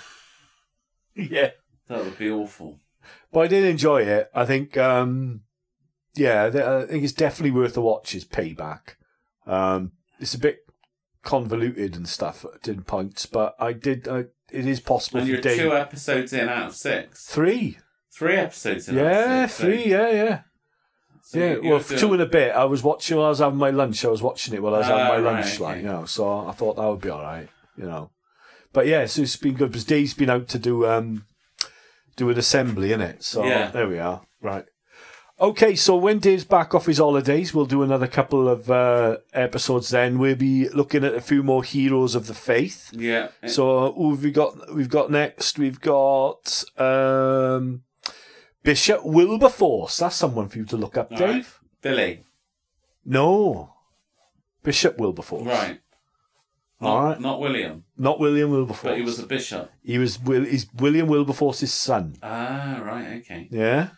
Speaker 1: yeah.
Speaker 2: that would be awful.
Speaker 1: But I did enjoy it. I think um, yeah, th- I think it's definitely worth a watch. Is Payback. Um, it's a bit convoluted and stuff in points, but I did. I, it is possible.
Speaker 2: And
Speaker 1: for
Speaker 2: you're
Speaker 1: Dave-
Speaker 2: two episodes in out of six.
Speaker 1: three.
Speaker 2: Three episodes in out
Speaker 1: Yeah,
Speaker 2: of six. so-
Speaker 1: three. Yeah, yeah,
Speaker 2: so
Speaker 1: yeah.
Speaker 2: you're
Speaker 1: Well,
Speaker 2: doing-
Speaker 1: two and a bit. I was watching while I was having my lunch. I was watching it while I was having
Speaker 2: Ah,
Speaker 1: my
Speaker 2: right,
Speaker 1: lunch,
Speaker 2: okay.
Speaker 1: like you know. So I thought that would be all right, you know. But yeah, so it's been good because Dave's been out to do um do an assembly in it. So
Speaker 2: Yeah.
Speaker 1: there we are. Right. Okay, so when Dave's back off his holidays, we'll do another couple of uh, episodes. Then we'll be looking at a few more heroes of the faith.
Speaker 2: Yeah.
Speaker 1: So who've we got? We've got next. We've got um, Bishop Wilberforce. That's someone for you to look up,
Speaker 2: All
Speaker 1: Dave.
Speaker 2: right. Billy.
Speaker 1: No, Bishop Wilberforce.
Speaker 2: Right. Not,
Speaker 1: All right.
Speaker 2: not William,
Speaker 1: Not William Wilberforce.
Speaker 2: but he was a bishop.
Speaker 1: He was Will. He's William Wilberforce's son.
Speaker 2: Ah, right, okay.
Speaker 1: Yeah,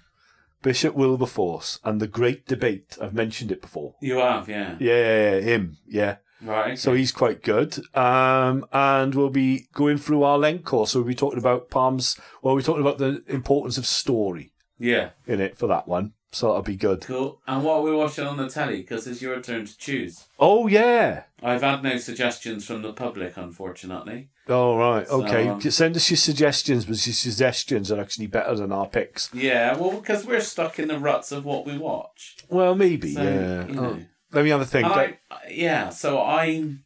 Speaker 1: Bishop Wilberforce and the Great Debate. I've mentioned it before.
Speaker 2: You have, yeah.
Speaker 1: Yeah, him. Yeah.
Speaker 2: Right.
Speaker 1: So he's quite good. Um, and we'll be going through our length course. So we'll be talking about Palms. Well, we're talking about the importance of story.
Speaker 2: yeah.
Speaker 1: in it for that one, so that'll be good.
Speaker 2: Cool. And what are we watching on the telly? Because it's your turn to choose.
Speaker 1: Oh yeah.
Speaker 2: I've had no suggestions from the public, unfortunately.
Speaker 1: All right. Okay.
Speaker 2: So, um,
Speaker 1: Just Send us your suggestions, but your suggestions are actually better than our picks.
Speaker 2: Yeah, well, because we're stuck in the ruts of what we watch.
Speaker 1: Well, maybe.
Speaker 2: So,
Speaker 1: yeah.
Speaker 2: you know.
Speaker 1: Oh, let me have a think.
Speaker 2: And I, yeah, so I'm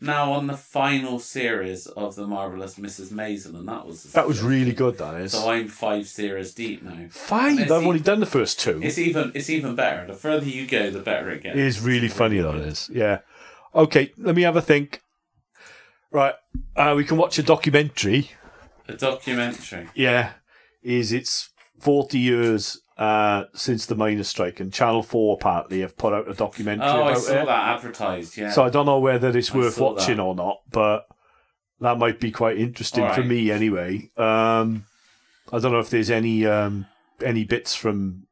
Speaker 2: now on the final series of The Marvelous Mrs. Maisel, and that was. a
Speaker 1: that was
Speaker 2: suggestion.
Speaker 1: really good. That is
Speaker 2: So I'm five series deep now.
Speaker 1: five.
Speaker 2: Let's
Speaker 1: I've
Speaker 2: see.
Speaker 1: only done the first two. It
Speaker 2: It's even it's even better. The further you go, the better it gets.
Speaker 1: is really funny. That is. Yeah. Okay. Let me have a think. Right. Uh, we can watch a documentary.
Speaker 2: A documentary.
Speaker 1: Yeah. Is it's forty years. Uh, since the miners' strike, and Channel Four apparently have put out a documentary
Speaker 2: Oh, I
Speaker 1: about
Speaker 2: saw
Speaker 1: it.
Speaker 2: that advertised. Yeah.
Speaker 1: So I don't know whether it's
Speaker 2: I
Speaker 1: worth
Speaker 2: saw
Speaker 1: watching
Speaker 2: that.
Speaker 1: or not, but that might be quite interesting for
Speaker 2: Alright.
Speaker 1: me anyway. Um, I don't know if there's any um, any bits from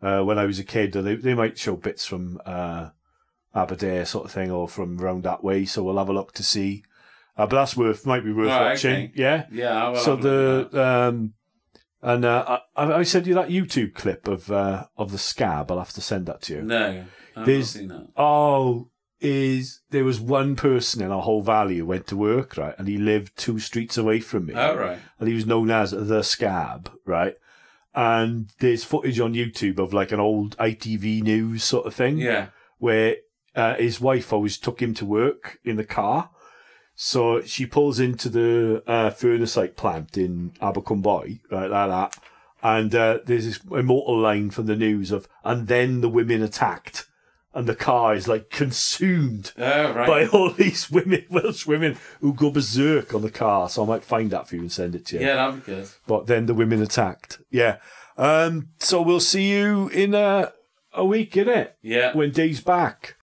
Speaker 1: uh, when I was a kid. They they might show bits from uh, Aberdare sort of thing or from round that way. So we'll have a look to see. Uh, but that's worth might be worth
Speaker 2: Alright,
Speaker 1: watching.
Speaker 2: okay.
Speaker 1: Yeah.
Speaker 2: yeah. I will
Speaker 1: so
Speaker 2: have a look at
Speaker 1: the um, and uh, I I sent you that YouTube clip of uh, of the scab. I'll have to send that to you.
Speaker 2: that. no, I've not
Speaker 1: There's-
Speaker 2: seen that.
Speaker 1: Oh, is there was one person in our whole valley who went to work, right? And he lived two streets away from me.
Speaker 2: Oh right.
Speaker 1: And he was known as the scab, right? And there's footage on YouTube of like an old ITV news sort of thing
Speaker 2: Yeah.
Speaker 1: where uh, his wife always took him to work in the car. So she pulls into the uh, furnaceite plant in Abercrombie, right, like that. And uh, there's this immortal line from the news of, and then the women attacked, and the car is like consumed
Speaker 2: Oh right.
Speaker 1: by all these women, Welsh women, who go berserk on the car. So I might find that for you and send it to you.
Speaker 2: yeah, that'd be good.
Speaker 1: But then the women attacked. Yeah. Um, so we'll see you in a, a week, innit?
Speaker 2: Yeah.
Speaker 1: When Dave's back.